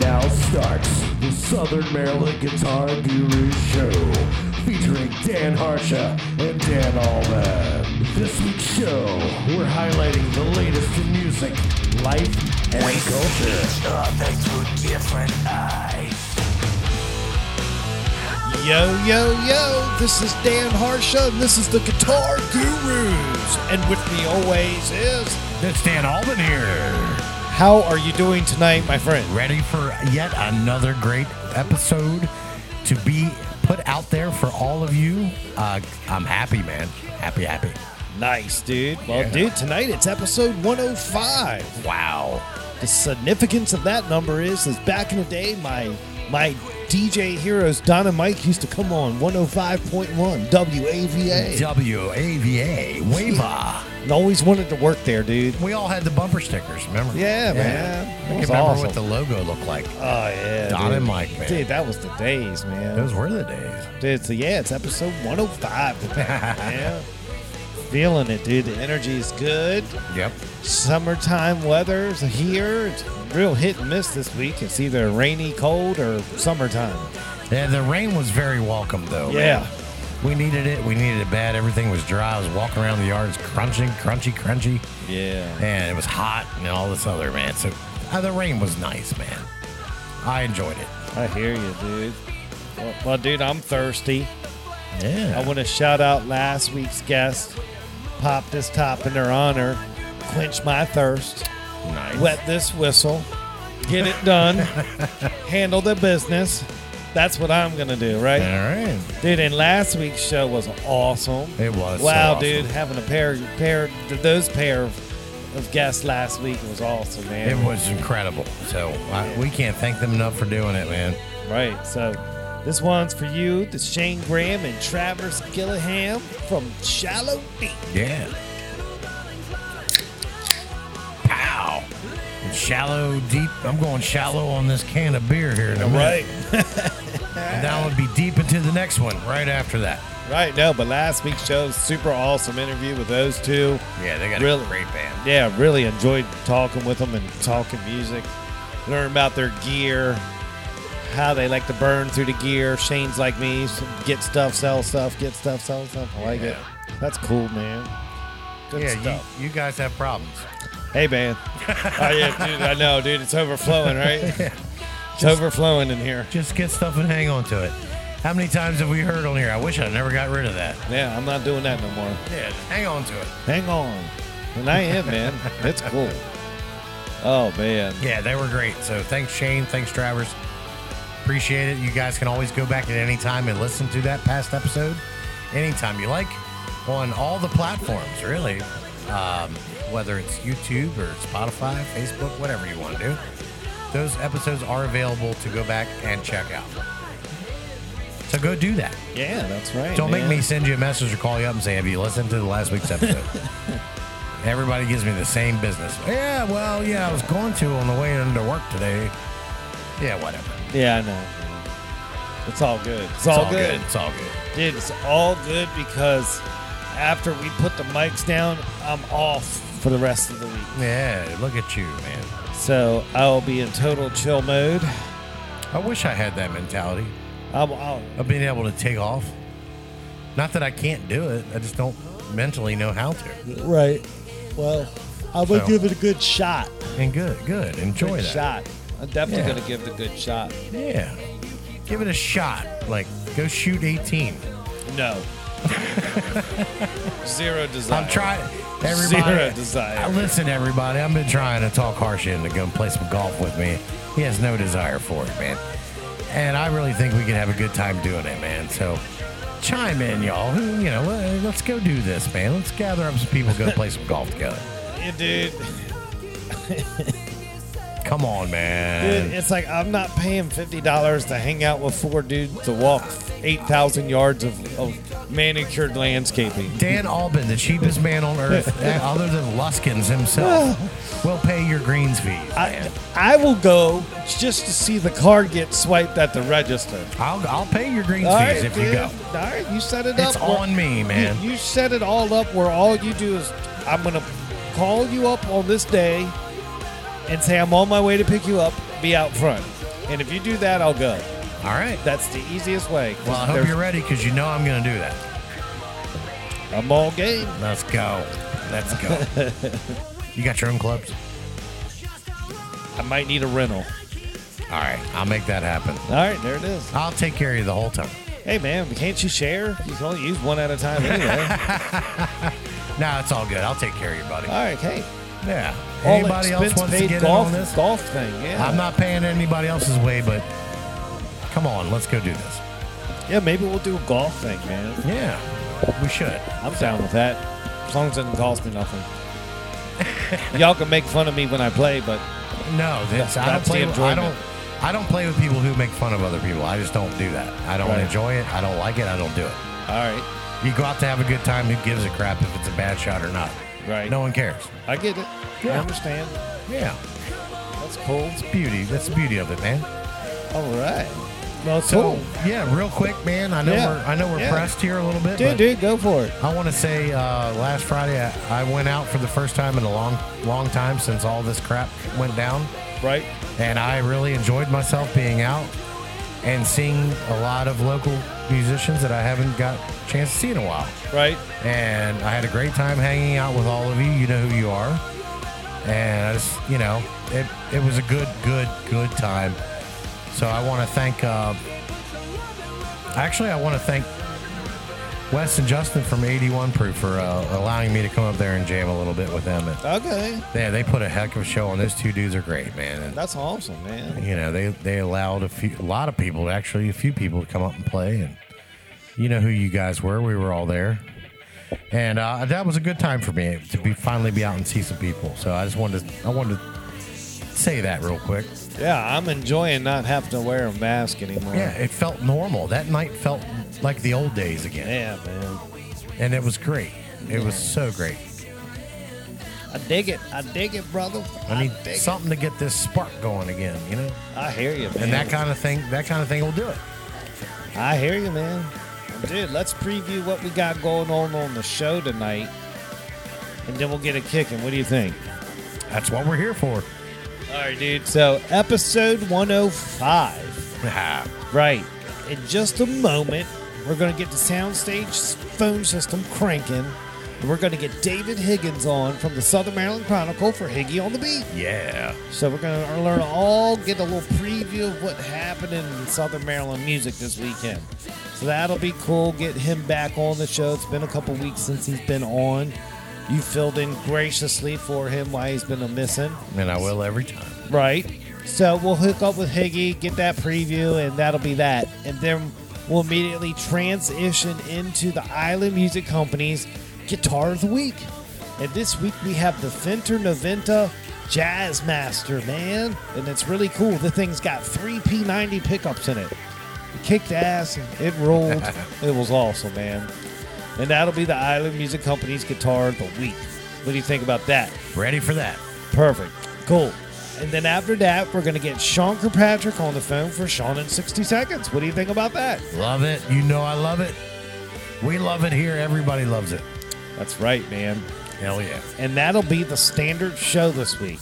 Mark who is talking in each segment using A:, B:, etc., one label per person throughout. A: now starts the Southern Maryland Guitar Guru Show, featuring Dan Harsha and Dan Allman. This week's show, we're highlighting the latest in music, life, and culture.
B: Yo, yo, yo, this is Dan Harsha, and this is the Guitar Gurus. And with me always is.
C: It's Dan Alban here,
B: How are you doing tonight, my friend?
C: ready for yet another great episode to be put out there for all of you. Uh, I'm happy, man. Happy, happy.
B: Nice, dude. Well, dude, tonight it's episode 105.
C: Wow.
B: The significance of that number is, is back in the day, my my DJ heroes, Don and Mike, used to come on 105.1 WAVA.
C: WAVA, WAVA.
B: And always wanted to work there, dude.
C: We all had the bumper stickers, remember?
B: Yeah, man. That
C: I can
B: was
C: remember
B: awesome.
C: what the logo looked like.
B: Oh, yeah.
C: Don
B: dude.
C: and Mike, man.
B: Dude, that was the days, man.
C: Those were the days.
B: Dude, so yeah, it's episode 105 today. yeah. Feeling it, dude. The energy is good.
C: Yep.
B: Summertime weather's here. It's real hit and miss this week. It's either rainy, cold, or summertime.
C: Yeah, the rain was very welcome, though.
B: Yeah.
C: We needed it. We needed it bad. Everything was dry. I was walking around the yards, crunching, crunchy, crunchy.
B: Yeah.
C: and it was hot and all this other man. So uh, the rain was nice, man. I enjoyed it.
B: I hear you, dude. Well, well dude, I'm thirsty.
C: Yeah.
B: I want to shout out last week's guest. Pop this top in their honor. Quench my thirst.
C: Oh, nice.
B: wet this whistle, get it done, handle the business. That's what I'm gonna do,
C: All
B: right,
C: right.
B: dude? And last week's show was awesome.
C: It was so
B: Wow,
C: awesome.
B: dude, having a pair, pair, th- those pair of, of guests last week was awesome, man.
C: It was incredible. So I, we can't thank them enough for doing it, man.
B: Right. So this one's for you, to Shane Graham and Travers Gilliam from Shallow Deep.
C: Yeah. Pow. Shallow, deep. I'm going shallow on this can of beer here. In a minute. And that would be deep into the next one right after that.
B: Right. No, but last week's show was super awesome interview with those two.
C: Yeah, they got
B: Really?
C: a great band.
B: yeah, really enjoyed talking with them and talking music. Learn about their gear, how they like to burn through the gear. Shane's like me, s- get stuff, sell stuff, get stuff, sell stuff. I like it. That's cool, man. Good
C: Yeah,
B: stuff.
C: you, you guys have problems.
B: Hey, man. oh yeah, dude. I know, dude. It's overflowing, right? It's overflowing in here.
C: Just get stuff and hang on to it. How many times have we heard on here? I wish I never got rid of that.
B: Yeah, I'm not doing that no more.
C: Yeah, just hang on to it.
B: Hang on. And I am, man. It's cool. Oh man.
C: Yeah, they were great. So thanks, Shane. Thanks, Travers. Appreciate it. You guys can always go back at any time and listen to that past episode anytime you like on all the platforms, really. Um, whether it's YouTube or Spotify, Facebook, whatever you want to do. Those episodes are available to go back and check out. So go do that.
B: Yeah, that's right.
C: Don't
B: man.
C: make me send you a message or call you up and say, "Have you listened to the last week's episode?" Everybody gives me the same business. Yeah, well, yeah, I was going to on the way into work today. Yeah, whatever.
B: Yeah, I know. It's all good. It's, all, good.
C: It's all good.
B: Dude, it's all good because after we put the mics down, I'm off for the rest of the week.
C: Yeah, look at you, man.
B: So I'll be in total chill mode.
C: I wish I had that mentality
B: I'm, I'll,
C: of being able to take off. Not that I can't do it. I just don't mentally know how to.
B: right. Well, I'm going
C: So-
B: to give it a good shot.
C: And good, good. Enjoy
B: good
C: that.
B: shot. I'm definitely
C: Yeah.
B: going to give it a good shot.
C: Yeah. Give it a shot. Like, go shoot 18.
B: No. Zero desire.
C: I'm trying. Everybody,
B: Zero desire.
C: Uh, Listen, everybody. I've been trying to talk Harsh into going play some golf with me. He has no desire for it, man. And I really think we could have a good time doing it, man. So chime in, y'all. Who, you know, uh, let's go do this, man. Let's gather up some people, go play some golf together.
B: Yeah, dude.
C: Come on, man.
B: Dude, it's like I'm not paying fifty dollars to hang out with four dudes to walk eight thousand yards of, of manicured landscaping.
C: Dan Albin, the cheapest man on earth, uh, other than Luskins himself, will pay your greens fees.
B: I,
C: Man.
B: I will go just to see the card get swiped at the register.
C: I'll, I'll pay your greens
B: All
C: fees
B: right,
C: if
B: dude.
C: you go.
B: All right, you set it
C: It's
B: up. We're-
C: on me, man.
B: You, you set it all up where all you do is I'm gonna call you up on this day and say I'm on my way to pick you up. Be out front, And if you do that, I'll go.
C: All right.
B: That's the easiest way. 'cause
C: Well, I hope
B: there's-
C: you're ready because you know I'm going to do that.
B: I'm all game.
C: Let's go. Let's go. you got your own clubs?
B: I might need a rental.
C: All right. I'll make that happen.
B: All right, there it is.
C: I'll take care of you the whole time.
B: Hey, man, can't you share? You can only use one at a time anyway.
C: No, it's all good. I'll take care of you, buddy.
B: all right, hey.
C: Yeah.
B: Uh, All
C: Anybody else
B: expense
C: wants to
B: paid
C: get in
B: golf,
C: on this?
B: golf thing. Yeah.
C: I'm not paying anybody else's way, but come on, let's go do this.
B: yeah, maybe we'll do a golf thing, man.
C: Yeah, we should.
B: I'm down with that. As long as it doesn't cost me nothing. Y'all can make fun of me when I play, but
C: No, that's, I don't
B: That's the
C: play. With, I don't.
B: enjoyment.
C: I don't play with people who make fun of other people. I just don't do that. I don't
B: Right.
C: enjoy it. I don't like it. I don't do it.
B: all right.
C: You go out to have a good time. Who gives a crap if it's a bad shot or not?
B: Right.
C: No one cares.
B: I get it. I
C: Yeah.
B: understand.
C: Yeah,
B: That's cool.
C: beauty. That's the beauty of it, man.
B: All right. Well,
C: So
B: so,
C: yeah, real quick, man. I know
B: Yeah.
C: we're I know we're
B: Yeah.
C: pressed here a little bit.
B: dude,
C: but
B: dude, go for it.
C: I want to say uh, last Friday I, I went out for the first time in a long long time since all this crap went down.
B: Right?
C: and I really enjoyed myself being out and seeing a lot of local musicians that I haven't got a chance to see in a while.
B: Right?
C: And I had a great time hanging out with all of you. You know who you are. And I just, you know, it, it was a good, good, good time. So I want to thank, uh, actually, I want to thank Wes and Justin from 81 Proof for uh, allowing me to come up there and jam a little bit with them. And,
B: Okay.
C: yeah, they put a heck of a show on. Those two dudes are great, man. And
B: That's awesome, man.
C: you know they they allowed a few a lot of people actually a few people to come up and play and you know who you guys were we were all there and uh, that was a good time for me to be finally be out and see some people so i just wanted to, i wanted to say that real quick
B: Yeah, I'm enjoying not having to wear a mask anymore.
C: yeah it felt normal that night felt like the old days again
B: Yeah, man.
C: and it was great it was so great
B: I dig it. I dig it, brother.
C: i need
B: dig
C: something to get this spark going again you know
B: it. I hear you, man.
C: and that kind of thing that kind of thing will do it
B: I hear you, man. Dude, let's preview what we got going on on the show tonight, and then we'll get it kicking. What do you think?
C: that's what we're here for
B: All right, dude. So, episode 105. Right. In just a moment, we're going to get the soundstage phone system cranking, and we're going to get David Higgins on from the Southern Maryland Chronicle for Higgy on the Beat.
C: yeah
B: So we're gonna learn all, get a little preview of what happened in Southern Maryland music this weekend. So that'll be cool. Get him back on the show. It's been a couple weeks since he's been on. You filled in graciously for him while he's been a missing,
C: and i will every time
B: right? So we'll hook up with Higgy, get that preview, and that'll be that. And then we'll immediately transition into the Island Music Company's Guitar of the Week. And this week we have the Fenter Noventa Jazz Master, man. And it's really cool. The thing's got three P90 pickups in it. It kicked ass, and it rolled. it was awesome, man. And that'll be the Island Music Company's Guitar of the Week. What do you think about that?
C: ready for that
B: Perfect. Cool. And then after that, we're going to get Sean Kirkpatrick on the phone for Sean in 60 seconds. What do you think about that?
C: Love it. You know I love it. We love it here. Everybody loves it.
B: That's right, man.
C: Hell yeah.
B: And that'll be the standard show this week.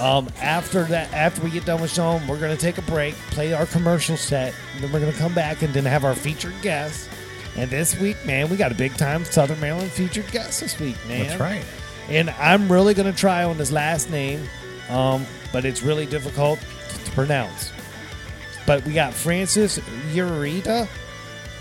B: Um, after that, after we get done with Sean, we're going to take a break, play our commercial set, and then we're going to come back and then have our featured guest. And this week, man, we got a big time Southern Maryland featured guest this week, man.
C: That's right.
B: and I'm really gonna try on his last name, um, but it's really difficult to pronounce. But we got Francis Urita.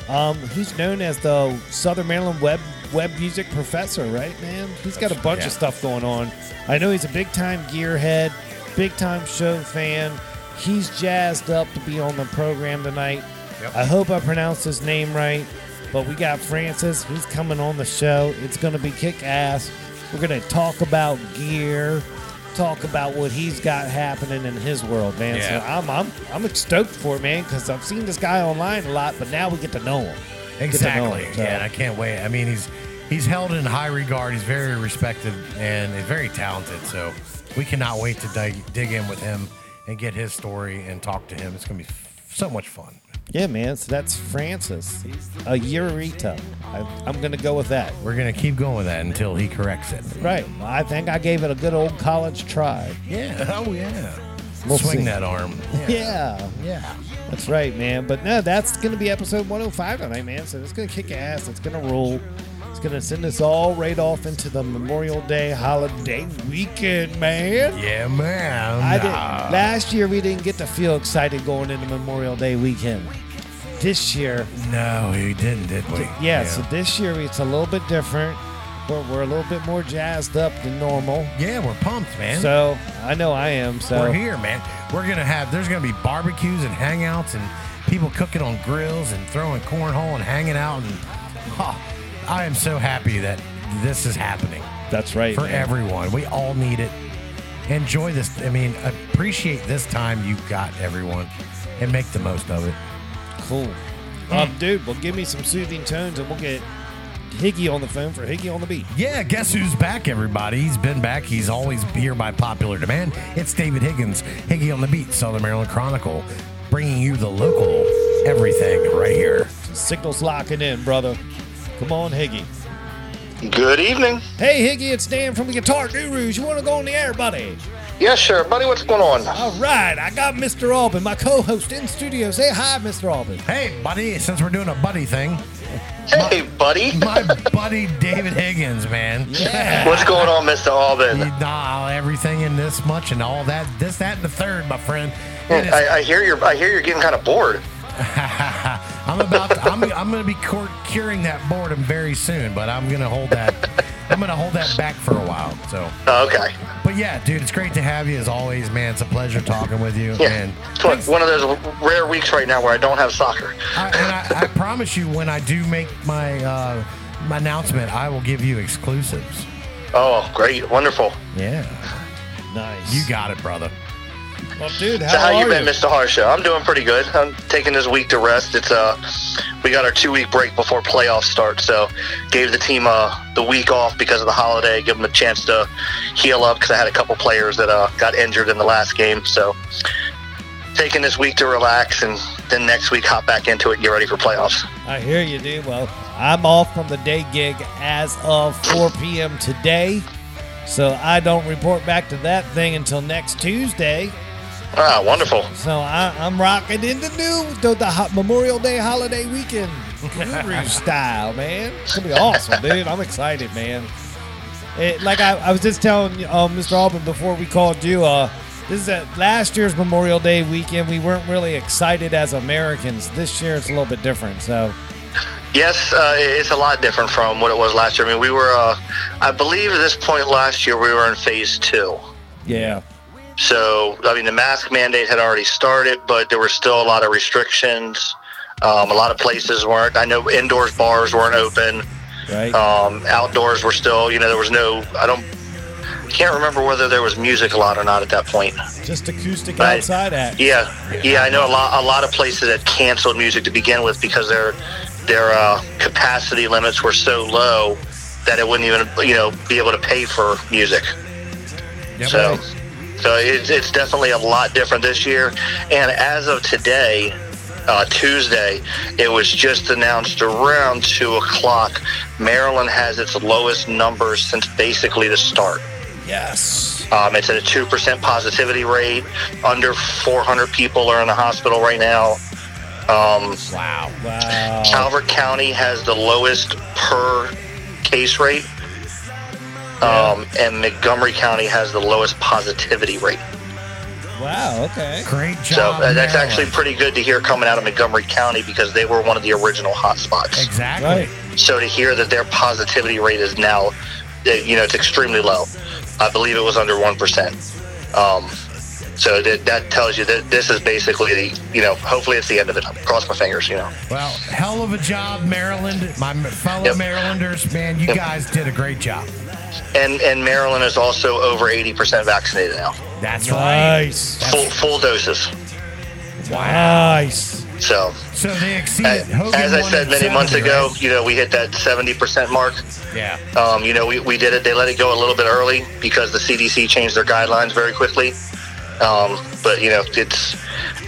B: Um, he's known as the Southern Maryland web web music professor, right, man? He's got a bunch
C: yeah.
B: of stuff going on. I know he's a big time gearhead, big time show fan. He's jazzed up to be on the program tonight.
C: Yep.
B: I hope I pronounced his name right, but we got Francis. He's coming on the show. It's going to be kick ass. We're going to talk about gear, talk about what he's got happening in his world, man. So
C: Yeah.
B: I'm, I'm, I'm stoked for it, man, because I've seen this guy online a lot, but now we get to know him. Get to know
C: Exactly.
B: him, so-
C: Yeah, and I can't wait. I mean, he's he's held in high regard. He's very respected and he's very talented. So we cannot wait to dig, dig in with him and get his story and talk to him. It's gonna be f- so much fun.
B: Yeah, man. So that's Francis, a Eureka. I, I'm going to go with that.
C: We're gonna keep going with that until he corrects it.
B: Right. I think I gave it a good old college try.
C: Yeah. Oh yeah.
B: We'll
C: Swing
B: see.
C: that arm.
B: Yeah,
C: Yeah.
B: that's right, man. But no, that's going to be episode 105 tonight, man. So it's going to kick ass. It's going to roll. It's going to send us all right off into the Memorial Day holiday weekend, man.
C: Yeah, man. Ah,
B: I didn't. Last year, we didn't get to feel excited going into Memorial Day weekend. This year,
C: No, we didn't, did we?
B: yeah, so this year it's a little bit different. We're, we're a little bit more jazzed up than normal.
C: Yeah, we're pumped, man.
B: So I know I am.
C: we're
B: So
C: here, man. We're gonna have there's gonna be barbecues and hangouts and people cooking on grills and throwing cornhole and hanging out and oh, I am so happy that this is happening
B: that's right.
C: for
B: man.
C: everyone. We all need it. Enjoy this. I mean, appreciate this time you've got, everyone, and make the most of it.
B: Cool. Um, dude, well, give me some soothing tones and we'll get Higgy on the phone for Higgy on the beat.
C: Yeah, guess who's back, everybody? He's been back. He's always here by popular demand. It's David Higgins, Higgy on the Beat, Southern Maryland Chronicle, bringing you the local everything right here.
B: Signals locking in, brother. Come on, Higgy.
D: Good evening.
B: Hey, Higgy, it's Dan from the Guitar Gurus. You want to go on the air, buddy?
D: Yes, sir, buddy. What's going on?
B: All right, I got Mr. Albin, my co-host in studio. Say hi, Mr. Albin.
C: Hey, buddy, since we're doing a buddy thing,
D: Hey, buddy.
C: my buddy David Higgins, man.
D: What's going on, Mr. Albin?
C: Nah, everything in this much and all that, this, that, and the third, my friend. It is-
D: I, I hear you're. I hear you're getting kind of bored.
C: I'm about. To, I'm. I'm going to be cur- curing that boredom very soon, but I'm going to hold that. I'm going to hold that back for a while. So,
D: Oh, okay.
C: but yeah, dude, it's great to have you as always, man. It's a pleasure talking with you,
D: Yeah.
C: and
D: It's one, one of those rare weeks right now where I don't have soccer.
C: I, and I, I promise you, when I do make my uh, my announcement, I will give you exclusives.
D: Oh, great, wonderful.
C: Yeah,
B: Nice.
C: you got it, brother.
B: Well, dude, how,
D: So how
B: are
D: you been, Mr. Harsha? I'm doing pretty good. I'm taking this week to rest. It's uh, we got our two week break before playoffs start, so gave the team uh the week off because of the holiday. Give them a chance to heal up because I had a couple players that uh got injured in the last game. So taking this week to relax, and then next week hop back into it and get ready for playoffs.
B: I hear you, dude. Well, I'm off from the day gig as of 4 p.m. today, so I don't report back to that thing until next Tuesday.
D: Ah, wonderful.
B: So I, I'm rocking in the new the, the ho- Memorial Day holiday weekend guru style, man. It's gonna be awesome, dude. I'm excited, man. It, like I, I was just telling um, Mr. Albin before we called you, uh, this is a, last year's Memorial Day weekend. We weren't really excited as Americans. This year it's a little bit different. So
D: Yes, uh, it's a lot different from what it was last year. I mean, we were, uh, I believe, at this point last year we were in phase two.
B: yeah,
D: So, I mean, the mask mandate had already started, but there were still a lot of restrictions. Um, a lot of places weren't. I know indoors bars weren't open.
B: right.
D: Um, outdoors were still, you know, there was no, I don't, can't remember whether there was music allowed or not at that point.
B: Just acoustic
D: Right.
B: outside act.
D: Yeah, yeah, I know a lot. A lot of places had canceled music to begin with because their their uh, capacity limits were so low that it wouldn't even you know be able to pay for music. so, so it's it's definitely a lot different this year. And as of today, uh, Tuesday, it was just announced around two o'clock. Maryland has its lowest numbers since basically the start.
B: Yes.
D: Um, it's at a 2% positivity rate. Under 400 people are in the hospital right now. Um,
C: Wow.
B: Wow.
D: Calvert County has the lowest per case rate, um, and Montgomery County has the lowest positivity rate.
B: Wow. Okay.
C: Great job.
D: So uh, that's
C: Maryland.
D: actually pretty good to hear coming out of Montgomery County because they were one of the original hotspots.
C: exactly.
B: Right.
D: So to hear that their positivity rate is now, uh, you know, it's extremely low. I believe it was under one percent. Um, so that, that tells you that this is basically the, you know, hopefully it's the end of it. Cross my fingers, you know.
C: Well, hell of a job, Maryland. My m- fellow
D: Yep.
C: Marylanders, man, you
D: Yep.
C: guys did a great job.
D: And and Maryland is also over eighty percent vaccinated now,
C: That's right.
B: Nice.
D: full full doses.
B: Nice.
D: So
C: So they
D: a-
C: exceeded. Hogan
D: as I said many
C: 170,
D: months ago,
C: right?
D: you know, we hit that seventy percent mark.
C: Yeah.
D: Um, you know, we, we did it. They let it go a little bit early because the CDC changed their guidelines very quickly. Um, but you know, it's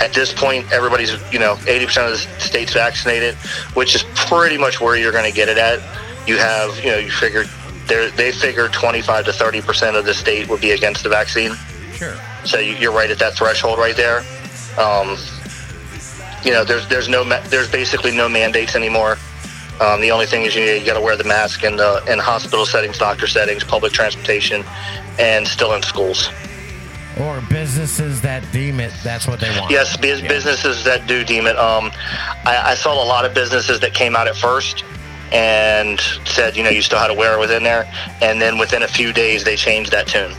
D: at this point everybody's you know 80% of the states vaccinated, which is pretty much where you're going to get it at. You have you know you figure they they figure 25 to 30% of the state would be against the vaccine.
C: Sure.
D: So you, you're right at that threshold right there. Um, you know, there's there's no ma- there's basically no mandates anymore. Um, the only thing is you, you got to wear the mask in the in hospital settings, doctor settings, public transportation, and still in schools.
C: Or businesses that deem it that's what they want.
D: Yes, bus-
C: Yeah.
D: businesses that do deem it. Um, I, I saw a lot of businesses that came out at first and said, you know, you still had to wear it within there, and then within a few days they changed that tune.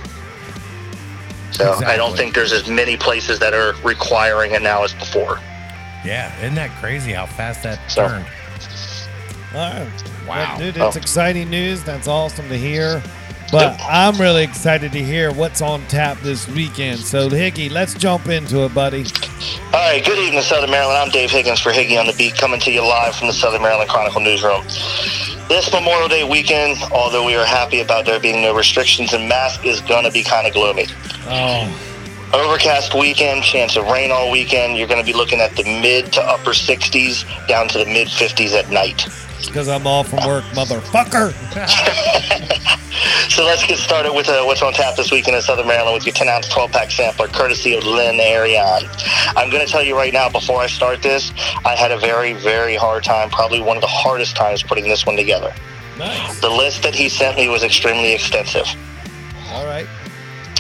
D: So I
C: Exactly.
D: don't think there's as many places that are requiring it now as before.
C: Yeah. Isn't that crazy how fast that
D: So-
C: turned?
B: All right.
C: Wow.
B: Well, dude, it's
D: Oh.
B: exciting news. That's awesome to hear. But I'm really excited to hear what's on tap this weekend. So, Hickey, let's jump into it, buddy.
D: All right, good evening, Southern Maryland. I'm Dave Higgins for Higgy on the Beat, coming to you live from the Southern Maryland Chronicle newsroom. This Memorial Day weekend, although we are happy about there being no restrictions and mask, is going to be kind of gloomy.
B: Oh,
D: Overcast weekend, chance of rain all weekend. You're going to be looking at the mid to upper 60s down to the mid 50s at night.
B: because I'm off from work, motherfucker.
D: So let's get started with uh, what's on tap this weekend in Southern Maryland with your 10 ounce 12 pack sampler, courtesy of Lynn Arion. I'm going to tell you right now, before I start this, I had a very, very hard time, probably one of the hardest times putting this one together.
B: Nice.
D: The list that he sent me was extremely extensive.
B: All right.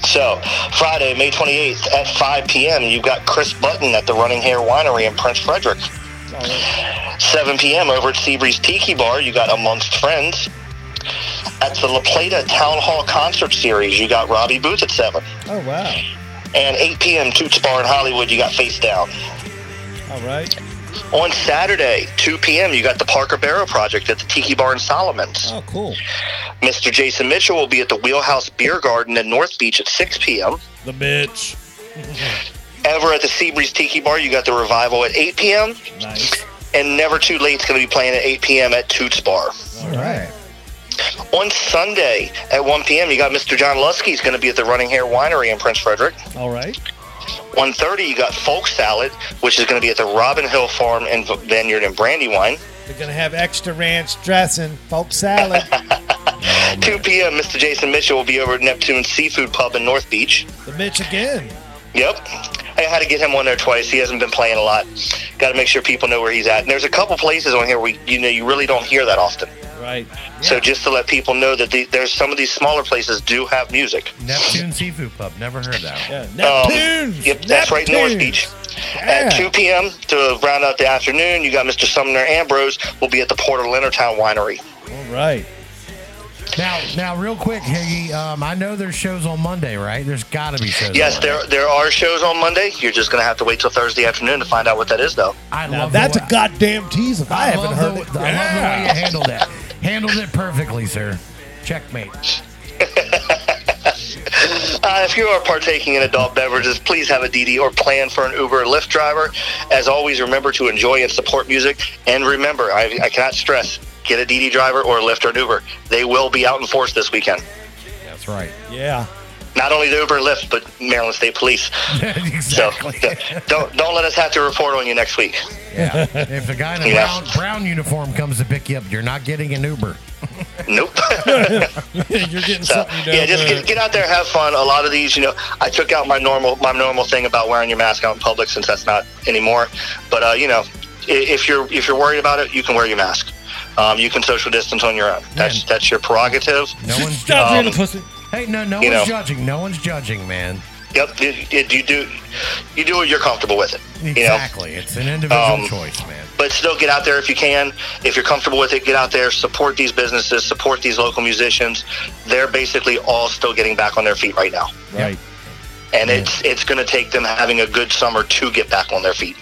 D: So, Friday, May 28th at 5 p.m., you've got Chris Button at the Running Hair Winery in Prince Frederick.
B: All right.
D: 7 p.m. over at Seabreeze Tiki Bar, you got Amongst Friends. At the La Plata Town Hall Concert Series, you got Robbie Booth at 7.
B: Oh, wow.
D: And 8 p.m. Toots Bar in Hollywood, you got Face Down.
B: All right.
D: On Saturday, 2 p.m., you got the Parker Barrow Project at the Tiki Bar in Solomon's.
B: Oh, cool.
D: Mr. Jason Mitchell will be at the Wheelhouse Beer Garden in North Beach at 6 p.m.
B: The bitch.
D: Ever at the Seabreeze Tiki Bar, you got the Revival at 8 p.m.
B: Nice.
D: And Never Too Late's going to be playing at 8 p.m. at Toots Bar.
B: All right.
D: On Sunday at 1 p.m., you got Mr. John Lusky's going to be at the Running Hair Winery in Prince Frederick.
B: All right.
D: 1.30, you got Folk Salad, which is going to be at the Robin Hill Farm and Vineyard in Brandywine.
B: They're going to have extra ranch dressing, folk salad.
D: 2 p.m., Mr. Jason Mitchell will be over at Neptune Seafood Pub in North Beach.
B: The bitch again.
D: Yep. I had to get him on there twice. He hasn't been playing a lot. Got to make sure people know where he's at. And there's a couple places on here where you know you really don't hear that often.
B: Right.
D: So just to let people know that the, there's some of these smaller places do have music.
C: Neptune Seafood Pub. Never heard that one.
B: Yeah. Neptune's.
D: um, Yep, that's right, North
B: Neptune's.
D: Beach.
B: Yeah.
D: At 2 p.m. to round out the afternoon, you got Mr. Sumner Ambrose will be at the Port of Leonardtown Winery.
B: All right.
C: Now, now, real quick, Higgy. Um, I know there's shows on Monday, right? There's got to be shows.
D: Yes,
C: on Monday.
D: there there are shows on Monday. You're just going to have to wait till Thursday afternoon to find out what that is, though.
C: I
B: Now
C: love
B: that's
C: the,
B: a
C: way-
B: goddamn tease if I, haven't
C: love
B: heard
C: the,
B: it.
C: I love the way you handled that. handled it perfectly, sir. Checkmate.
D: Uh, if you are partaking in adult beverages, please have a DD or plan for an Uber or Lyft driver. As always, remember to enjoy and support music. And remember, I, I cannot stress, get a DD driver or a Lyft or an Uber. They will be out in force this weekend.
C: That's right.
B: Yeah.
D: Not only the Uber and Lyft, but Maryland State Police. So
C: exactly.
D: don't don't let us have to report on you next week.
C: Yeah. If a guy in a
D: Yeah.
C: brown, brown uniform comes to pick you up, you're not getting an Uber.
D: Nope.
B: You're getting
D: So,
B: something you don't
D: yeah, just
B: know.
D: get, get out there, have fun. A lot of these, you know, I took out my normal my normal thing about wearing your mask out in public since that's not anymore. But uh, you know, i- if you're if you're worried about it, you can wear your mask. Um, you can social distance on your own. That's
C: Man.
D: that's your prerogative.
C: No one's.
B: Stop
D: um,
B: being a pussy.
C: Hey, no, no one's
D: you know.
C: judging. No one's judging, man.
D: Yep, you, you- you do you do what you're comfortable with it. You know.
C: Exactly. It's an individual
D: Um,
C: choice, man.
D: but still get out there if you can. If you're comfortable with it, get out there, support these businesses, support these local musicians. They're basically all still getting back on their feet right now.
B: Right.
D: And it's it's going to take them having a good summer to get back on their feet.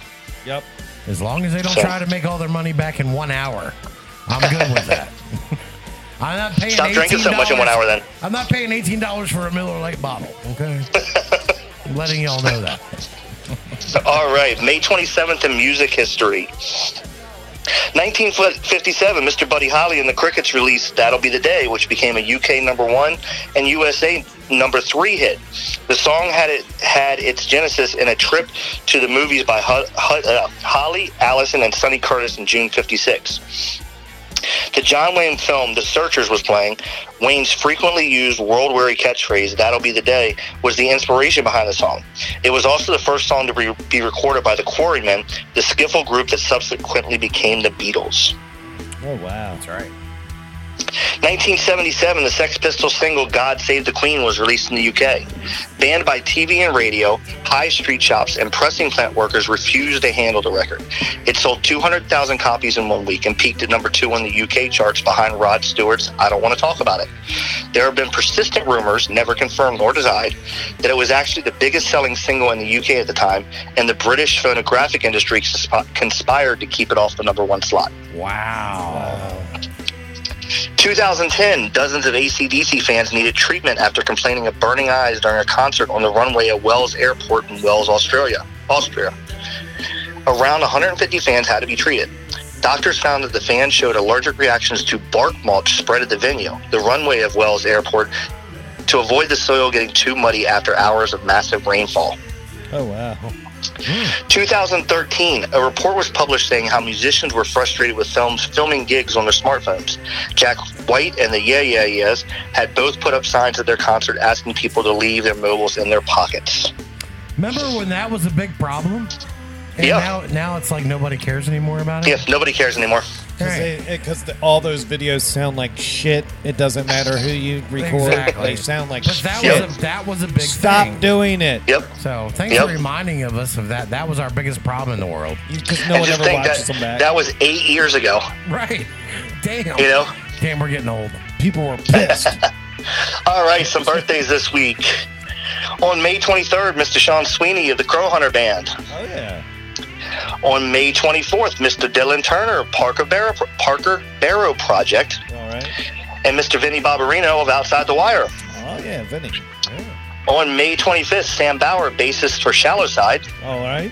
B: Yep.
C: As long as they don't
D: So-
C: try to make all their money back in one hour, I'm good with that. I'm not paying.
D: Stop drinking so much in one
C: $18
D: hour then.
C: I'm not paying eighteen dollars for a Miller Lite bottle. Okay. I'm letting y'all know that.
D: All right, May 27th in music history. 1957, Mr. Buddy Holly and the Crickets released That'll Be the Day, which became a UK number one and USA number three hit. The song had it had its genesis in a trip to the movies by Ho- Ho- uh, Holly, Allison, and Sonny Curtis in June 56. The John Wayne film, The Searchers, was playing. Wayne's frequently used world weary catchphrase, That'll Be the Day, was the inspiration behind the song. It was also the first song to be, be recorded by the Quarrymen, the skiffle group that subsequently became the Beatles.
B: Oh wow.
C: That's right.
D: 1977, the Sex Pistols single God Save the Queen was released in the UK. Banned by TV and radio, high street shops and pressing plant workers refused to handle the record. It sold 200,000 copies in one week and peaked at number two on the UK charts behind Rod Stewart's I Don't Want to Talk About It. There have been persistent rumors, never confirmed nor denied, that it was actually the biggest selling single in the UK at the time, and the British phonographic industry consp- conspired to keep it off the number one slot.
C: Wow.
D: 2010, dozens of ACDC fans needed treatment after complaining of burning eyes during a concert on the runway at Wells Airport in Wells, Australia. Austria. Around 150 fans had to be treated. Doctors found that the fans showed allergic reactions to bark mulch spread at the venue, the runway of Wells Airport, to avoid the soil getting too muddy after hours of massive rainfall.
B: Oh wow.
D: 2013, a report was published saying how musicians were frustrated with films filming gigs on their smartphones. Jack White and the Yeah Yeah Yeahs had both put up signs at their concert asking people to leave their mobiles in their pockets.
C: Remember when that was a big problem? And
D: Yeah.
C: now, now it's like nobody cares anymore about it?
D: Yes, nobody cares anymore.
C: Right.
B: Because all those videos sound like shit. It doesn't matter who you record;
C: Exactly.
B: they sound like
C: But that
D: Yep.
B: shit.
C: was a, that was a big
B: Stop
C: thing.
B: doing it.
D: Yep.
C: So thanks
D: Yep.
C: for reminding of us of that. That was our biggest problem in the world.
B: Because no
D: and
B: one
D: just
B: ever
D: think
B: watches them back.
D: that that was eight years ago.
C: Right. Damn.
D: You know?
C: Damn, we're getting old.
B: People were pissed.
D: All right, some birthdays this week. On May 23rd, Mr. Sean Sweeney of the Crow Hunter Band.
B: oh yeah.
D: On May 24th, Mr. Dylan Turner, Parker Barrow, Parker Barrow Project.
B: All right.
D: and Mr. Vinny Barbarino of Outside the Wire.
B: Oh yeah, Vinny. Yeah.
D: On May 25th, Sam Bauer, bassist for Shallow Side,
B: All right.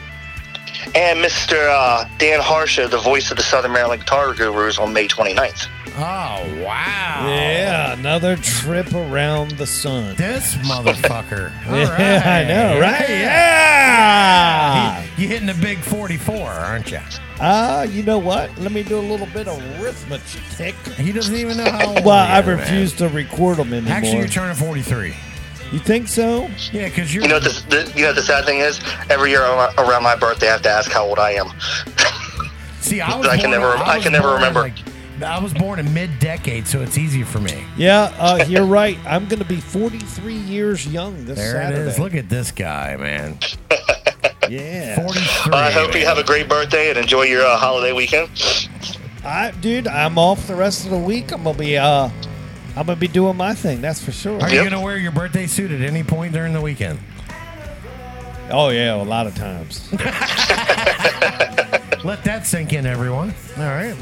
D: and Mr. Uh, Dan Harsha, the voice of the Southern Maryland Guitar Gurus, on May 29th.
C: Oh, wow. Oh.
B: Yeah, another trip around the sun.
C: This motherfucker. All
B: yeah, I
C: right.
B: know, right? Yeah.
C: You, you hitting the big 44, aren't you?
B: Ah, you know what? Let me do a little bit of arithmetic.
C: He doesn't even know how old
B: Well,
C: he
B: I
C: is, man.
B: refuse to record them anymore.
C: Actually, you're turning 43.
B: you think so?
C: Yeah, because you're.
D: You know what the, the, you know what the sad thing is? Every year ar- around my birthday, I have to ask how old I am.
C: see, I, was
D: I can
C: born-
D: never- I
C: was
D: can never
C: born in,
D: remember.
C: like- I was born in mid-decade, so it's easy for me.
B: Yeah, uh, you're right. I'm going to be 43 years young this
C: There
B: Saturday.
C: it is. Look at this guy, man.
B: yeah,
C: 43.
D: I hope you
C: man.
D: have a great birthday and enjoy your uh, holiday weekend.
B: I, dude, I'm off the rest of the week. I'm gonna be, uh, I'm gonna be doing my thing. That's for sure.
C: Are you
D: Yep.
C: going to wear your birthday suit at any point during the weekend?
B: Oh yeah, a lot of times.
C: Let that sink in, everyone. All right.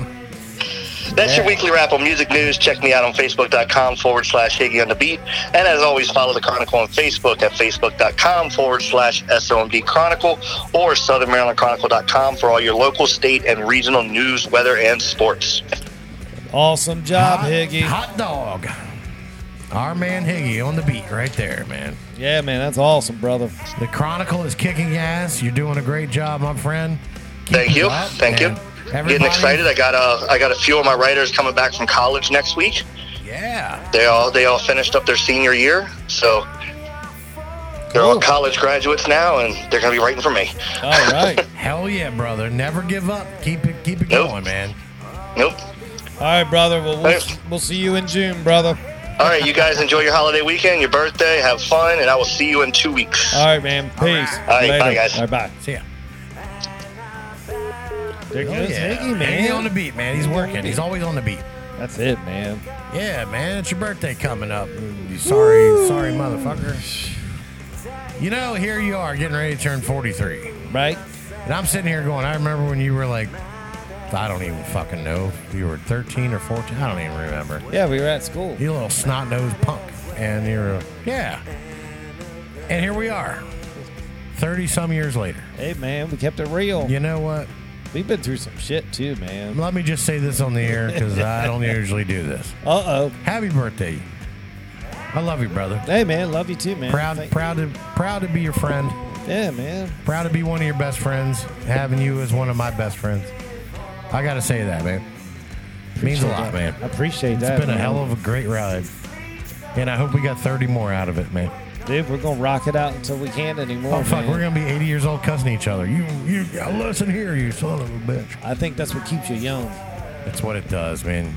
D: That's your weekly wrap on music news. Check me out on Facebook.com forward slash Higgy on the Beat. And as always, follow the Chronicle on Facebook at Facebook.com forward slash SOMD Chronicle or Southern Maryland Chronicle.com for all your local, state, and regional news, weather, and sports.
B: Awesome job, Higgy.
C: Hot dog. Our man Higgy on the beat right there, man.
B: Yeah, man, that's awesome, brother.
C: The Chronicle is kicking ass. You're doing a great job, my friend. Keep
D: Thank
C: it
D: you.
C: up,
D: Thank you.
C: and
D: Getting
C: everybody-
D: excited. I got a, I got a few of my writers coming back from college next week.
C: Yeah.
D: They all they all finished up their senior year. So they're all
B: Cool.
D: college graduates now and they're gonna be writing for me.
B: All right,
C: Hell yeah, brother. Never give up. Keep it keep it
D: Nope.
C: going, man.
D: Nope.
B: all right, brother. Well, we'll,
D: Thanks.
B: we'll see you in June, brother.
D: All right, you guys enjoy your holiday weekend, your birthday, have fun, and I will see you in two weeks.
E: Uh,
B: All right, man. Peace.
D: All right, bye, guys.
B: All right, bye.
C: See ya.
B: There
C: Oh,
B: goes
C: yeah.
B: Higgy, man.
C: Higgy on the beat, man. He's working. He's always on the beat.
B: That's it, man.
C: Yeah, man, it's your birthday coming up. You sorry, sorry, motherfucker. You know, here you are getting ready to turn 43.
B: Right?
C: And I'm sitting here going, I remember when you were like, I don't even fucking know. if You were 13 or 14. I don't even remember.
B: Yeah, we were at school.
C: You little snot nosed punk. And you're, yeah. And here we are, 30 some years later.
B: Hey, man, we kept it real.
C: You know what?
B: We've been through some shit too, man.
C: Let me just say this on the air because I don't usually do this.
B: Uh oh.
C: Happy birthday. I love you, brother.
B: Hey, man, love you too, man.
C: Proud,
B: Thank-
C: proud to, proud to be your friend.
B: Yeah, man.
C: Proud to be one of your best friends. Having you as one of my best friends. I gotta say that, man. Means a
B: appreciate
C: lot,
B: that.
C: man.
B: I appreciate that.
C: It's been a
B: man.
C: hell of a great ride. And I hope we got 30 more out of it, man.
B: dude. We're gonna rock it out until we can't anymore.
C: Oh, fuck,
B: man.
C: we're going to be 80 years old cussing each other. You, you, listen here, you son of a bitch.
B: I think that's what keeps you young.
C: That's what it does, man.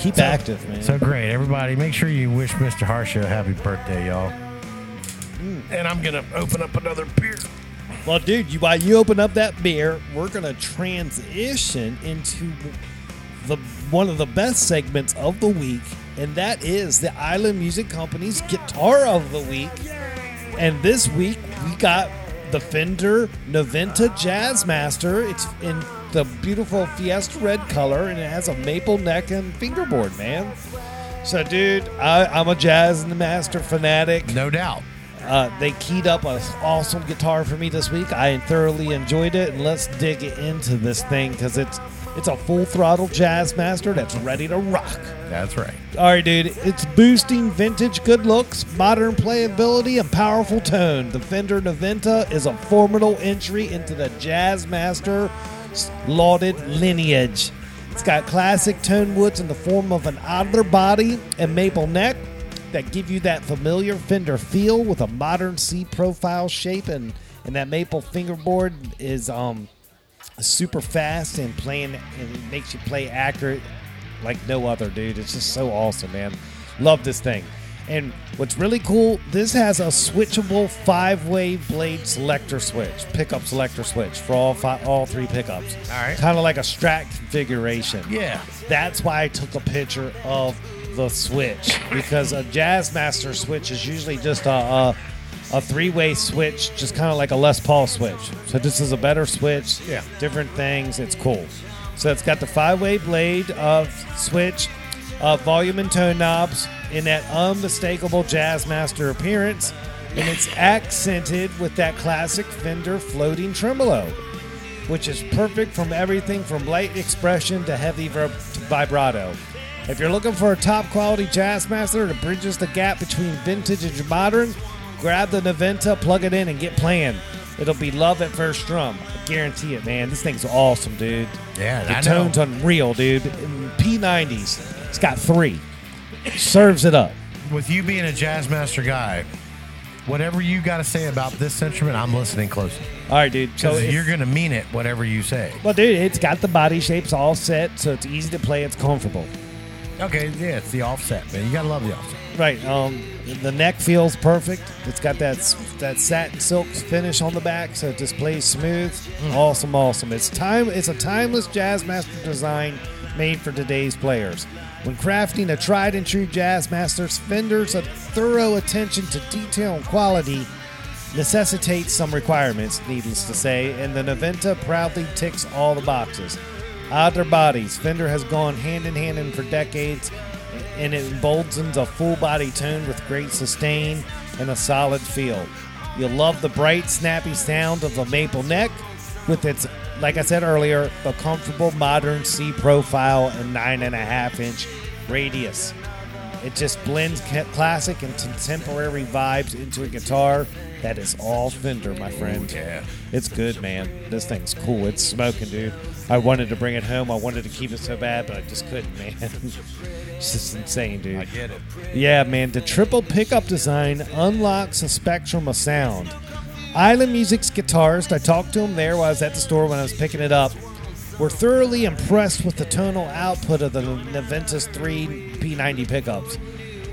B: Keep active, man.
C: So great, everybody. Make sure you wish Mr. Harsha a happy birthday, y'all. And I'm going to open up another beer.
B: well, dude, you, while you open up that beer, we're gonna transition into the one of the best segments of the week, and that is the Island Music Company's Guitar of the Week. And this week we got the Fender Noventa Jazzmaster. It's in the beautiful Fiesta red color, and it has a maple neck and fingerboard, man. So, dude, I, I'm a jazz and the master fanatic.
C: No doubt.
B: Uh, they keyed up an awesome guitar for me this week. I thoroughly enjoyed it, and let's dig into this thing because it's it's a full throttle jazz master that's ready to rock.
C: That's right.
B: All right, dude, it's boosting vintage good looks, modern playability, and powerful tone. The Fender Noventa is a formidable entry into the jazz master lauded lineage. It's got classic tone woods in the form of an oddler body and maple neck that give you that familiar Fender feel with a modern C profile shape and and that maple fingerboard is um super fast and playing and it makes you play accurate like no other dude it's just so awesome man love this thing and what's really cool this has a switchable five-way blade selector switch pickup selector switch for all five, all three pickups all
C: right.
B: kind of like a strat configuration
C: Yeah.
B: that's why I took a picture of the switch because a Jazzmaster switch is usually just a, a, a three way switch, just kind of like a Les Paul switch. So this is a better switch.
C: Yeah.
B: Different things. It's cool. So it's got the five way blade of switch, uh, volume and tone knobs in that unmistakable Jazzmaster appearance, and it's accented with that classic Fender floating tremolo which is perfect from everything from light expression to heavy vib- to vibrato. If you're looking for a top quality jazz master that bridges the gap between vintage and modern, grab the Noventa, plug it in, and get playing. It'll be love at first strum. I guarantee it, man. This thing's awesome, dude.
C: Yeah,
B: The
C: I know.
B: tone's unreal, dude. P90s. It's got three. Serves it up.
C: With you being a jazz master guy, whatever you got to say about this instrument, I'm listening closely.
B: All right, dude. So
C: Because
B: if-
C: you're going to mean it, whatever you say.
B: well, dude, it's got the body shapes all set, so it's easy to play. It's comfortable.
C: Okay, yeah, it's the offset, man. You got to love the offset.
B: Right. Um, the neck feels perfect. It's got that s- that satin silk finish on the back, so it just plays smooth. Awesome, awesome. It's time. It's a timeless jazz master design made for today's players. When crafting a tried and true jazz master's fenders, a thorough attention to detail and quality necessitates some requirements, needless to say, and the Noventa proudly ticks all the boxes. Outer bodies, Fender has gone hand in hand in for decades, and it emboldens a full body tone with great sustain and a solid feel. You'll love the bright, snappy sound of the maple neck with its, like I said earlier, the comfortable modern C profile and nine and a half inch radius. It just blends ca- classic and contemporary vibes into a guitar that is all Fender, my friend.
C: yeah.
B: It's good, man. This thing's cool. It's smoking, dude. I wanted to bring it home. I wanted to keep it so bad, but I just couldn't, man. it's just insane, dude.
C: get it.
B: Yeah, man, the triple pickup design unlocks a spectrum of sound. Island Music's guitarist, I talked to him there while I was at the store when I was picking it up, were thoroughly impressed with the tonal output of the Noventus 3 P90 pickups.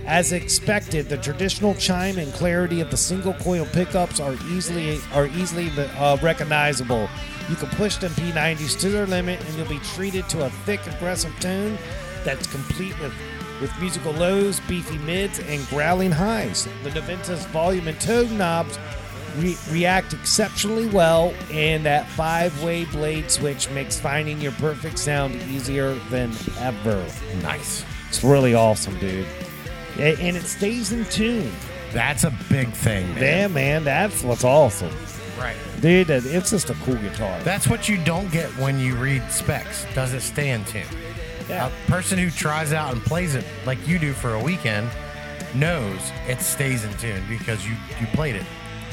B: As expected, the traditional chime and clarity of the single coil pickups are easily are easily uh, recognizable. You can push them P90s to their limit, and you'll be treated to a thick, aggressive tone that's complete with with musical lows, beefy mids, and growling highs. The Noventa's volume and tone knobs re- react exceptionally well, and that five way blade switch makes finding your perfect sound easier than ever.
C: Nice.
B: It's really awesome, dude. A- And it stays in tune.
C: That's a big thing, man.
B: Yeah, man, that's what's awesome.
C: Right.
B: Dude, that- it's just a cool guitar.
C: That's what you don't get when you read specs. Does it stay in tune?
B: Yeah.
C: A person who tries out and plays it like you do for a weekend knows it stays in tune because you, you played it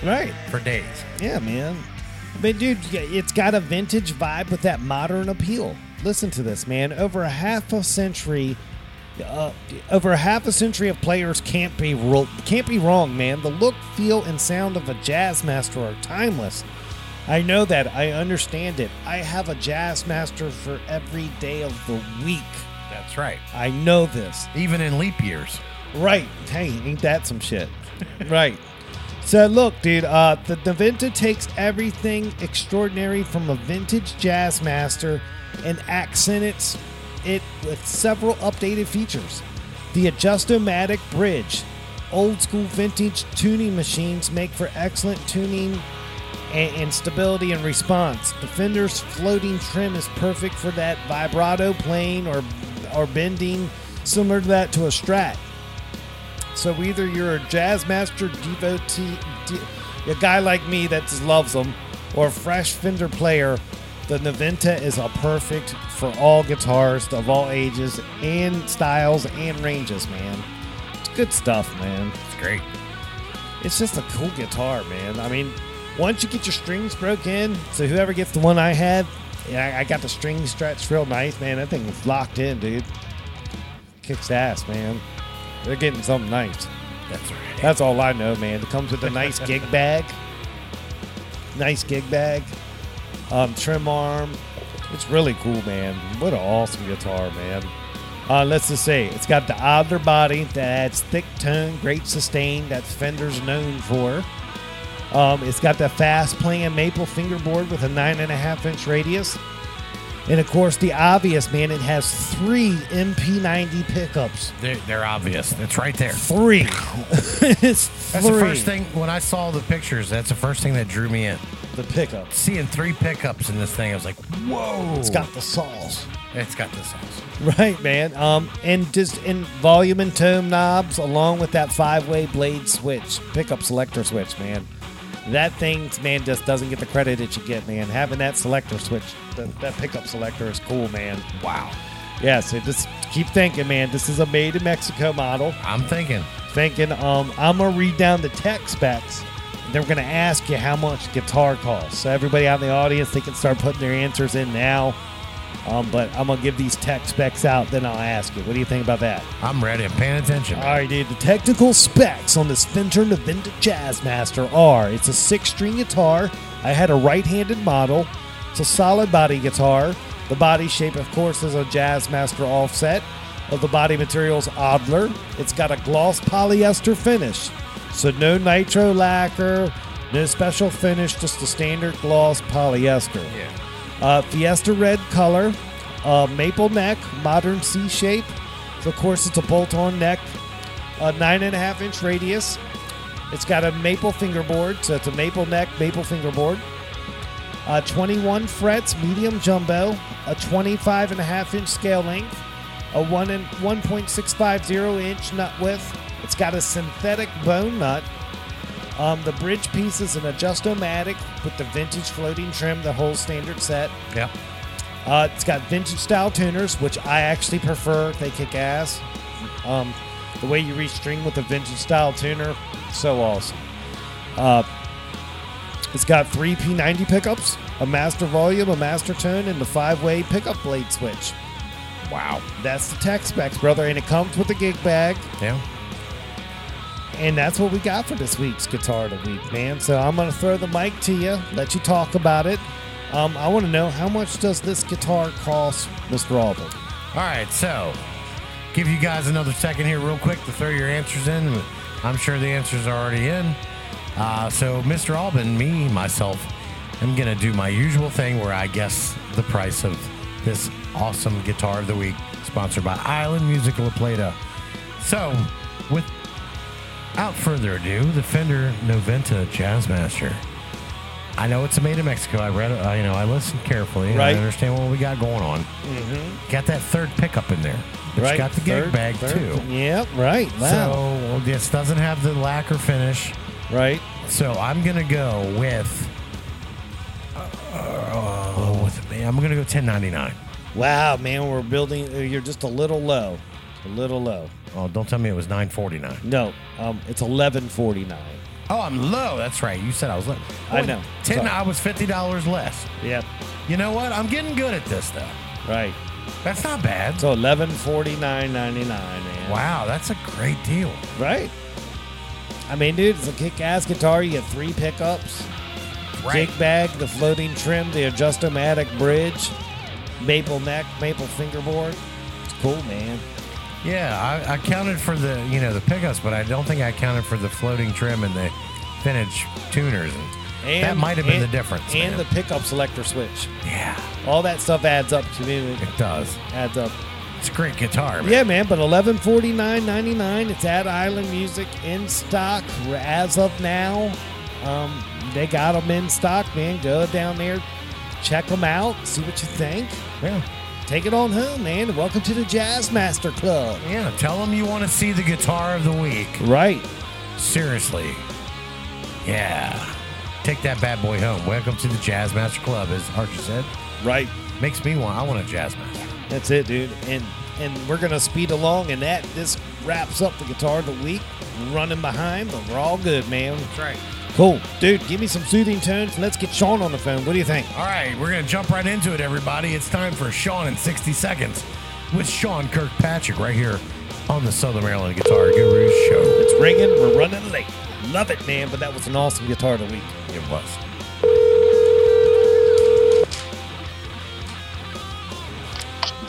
B: Right.
C: for days.
B: Yeah, man. I mean, dude, yeah, it's got a vintage vibe with that modern appeal. Listen to this, man. Over a half a century, uh, over a half a century of players can't be ro- can't be wrong, man. The look, feel, and sound of a jazz master are timeless. I know that. I understand it. I have a jazz master for every day of the week.
C: That's right.
B: I know this.
C: Even in leap years.
B: Right. Hey, ain't that some shit? right. So look, dude, uh, the Daventa takes everything extraordinary from a vintage jazz master and accents it with several updated features. The Adjustomatic bridge, old school vintage tuning machines make for excellent tuning and, and stability and response. The fender's floating trim is perfect for that vibrato playing or or bending, similar to that to a Strat. So either you're a jazz master devotee, de- a guy like me that just loves them, or a fresh Fender player, the Naventa is a perfect for all guitarists of all ages and styles and ranges, man. It's good stuff, man.
C: It's great.
B: It's just a cool guitar, man. I mean, once you get your strings broke in, so whoever gets the one I had, and I, I got the strings stretched real nice, man. That thing was locked in, dude. Kicks ass, man. They're getting something nice.
C: That's right.
B: That's all I know, man. It comes with a nice gig bag. Nice gig bag. Um, trim arm. It's really cool, man. What an awesome guitar, man. Uh, let's just say it's got the Adler body that's thick tone, great sustain that Fender's known for. Um, it's got the fast playing maple fingerboard with a nine and a half inch radius. And of course, the obvious man, it has three MP90 pickups.
C: They're, they're obvious. It's right there.
B: Three. it's three.
C: That's the first thing when I saw the pictures. That's the first thing that drew me in.
B: The pickups.
C: Seeing three pickups in this thing, I was like, "Whoa!"
B: It's got the saws.
C: it's got this awesome.
B: Right, man. Um, and just in volume and tone knobs, along with that five-way blade switch, pickup selector switch, man. That thing, man, just doesn't get the credit it should get, man. Having that selector switch, that, that pickup selector is cool, man.
C: Wow.
B: Yeah, so just keep thinking, man. This is a made in Mexico model.
C: I'm thinking.
B: Thinking, um, I'm gonna read down the tech specs. and They're gonna ask you how much guitar costs. So everybody out in the audience, they can start putting their answers in now. Um, but I'm gonna give these tech specs out, then I'll ask you. What do you think about that?
C: I'm ready. I'm paying attention.
B: All right, dude. The technical specs on this Fender Noventa Jazzmaster are: it's a six-string guitar. I had a right-handed model. It's a solid body guitar. The body shape, of course, is a Jazzmaster offset. Of the body materials, Adler. It's got a gloss polyester finish, so no nitro lacquer, no special finish, just the standard gloss polyester.
C: Yeah.
B: Uh, Fiesta red color, uh, maple neck, modern C shape. So of course, it's a bolt-on neck, a nine and a half inch radius. It's got a maple fingerboard, so it's a maple neck, maple fingerboard. Uh, 21 frets, medium jumbo, a 25 and a half inch scale length, a one and 1.650 inch nut width. It's got a synthetic bone nut. Um, the bridge piece is an adjustomatic with the vintage floating trim, the whole standard set.
C: Yep.
B: Uh, it's got vintage style tuners, which I actually prefer. They kick ass. Um, the way you restring with a vintage style tuner, so awesome. Uh, it's got three P90 pickups, a master volume, a master tone, and the five way pickup blade switch.
C: Wow.
B: That's the tech specs, brother. And it comes with a gig bag.
C: Yeah.
B: And that's what we got for this week's Guitar of the Week, man. So I'm going to throw the mic to you, let you talk about it. Um, I want to know how much does this guitar cost, Mr. Auburn?
C: All right, so give you guys another second here, real quick, to throw your answers in. I'm sure the answers are already in. Uh, so, Mr. Albin, me, myself, I'm going to do my usual thing where I guess the price of this awesome guitar of the week, sponsored by Island Music La Plata. So, without further ado, the Fender Noventa Jazzmaster. I know it's made in Mexico. I read, uh, you know, I listened carefully. and
B: Right.
C: I understand what we got going on. Got that third pickup in there. It's got the gig
B: third-
C: bag
B: third-
C: too.
B: Yep, right. Wow.
C: So this doesn't have the lacquer finish.
B: right.
C: So I'm gonna go with. Uh, with man, I'm gonna go 10.99.
B: Wow, man, we're building. uh, You're just a little low, a little low.
C: Oh, don't tell me it was 9.49.
B: No, um, it's eleven forty nine.
C: Oh, I'm low. That's right. You said I was low.
B: I know.
C: Ten.
B: Sorry.
C: I was fifty dollars less.
B: Yep.
C: You know what? I'm getting good at this though.
B: Right.
C: That's not bad.
B: So eleven forty nine ninety nine, man.
C: Wow, that's a great deal.
B: Right. I mean, dude, it's a kick-ass guitar. You get three pickups,
C: Right.
B: jig bag, the floating trim, the adjustomatic bridge, maple neck, maple fingerboard. It's cool, man.
C: Yeah, I, I counted for the you know the pickups, but I don't think I counted for the floating trim and the vintage tuners, and,
B: And,
C: that might have been
B: and-
C: the difference.
B: And
C: man.
B: the pickup selector switch.
C: yeah,
B: All that stuff adds up to me.
C: it does.
B: Adds up.
C: It's a great guitar. Man.
B: Yeah, man. But eleven forty nine ninety nine. It's at Island Music in stock as of now. Um, they got them in stock, man. Go down there, check them out, see what you think.
C: Yeah,
B: Take it on home, man. Welcome to the Jazz Master Club.
C: yeah. Tell them you want to see the guitar of the week.
B: Right.
C: Seriously. Yeah. Take that bad boy home. Welcome to the Jazz Master Club, as Archer said.
B: Right.
C: Makes me want. I want a jazz master.
B: That's it, dude. And and we're gonna speed along, and that this wraps up the guitar of the week. Running behind, but we're all good, man.
C: That's right.
B: Cool, dude. Give me some soothing tones, and let's get Sean on the phone. What do you think?
C: All right, we're gonna jump right into it, everybody. It's time for Sean in 60 seconds with Sean Kirkpatrick right here on the Southern Maryland Guitar Guru Show.
B: It's ringing. We're running late. Love it, man. But that was an awesome guitar of the week.
C: It was.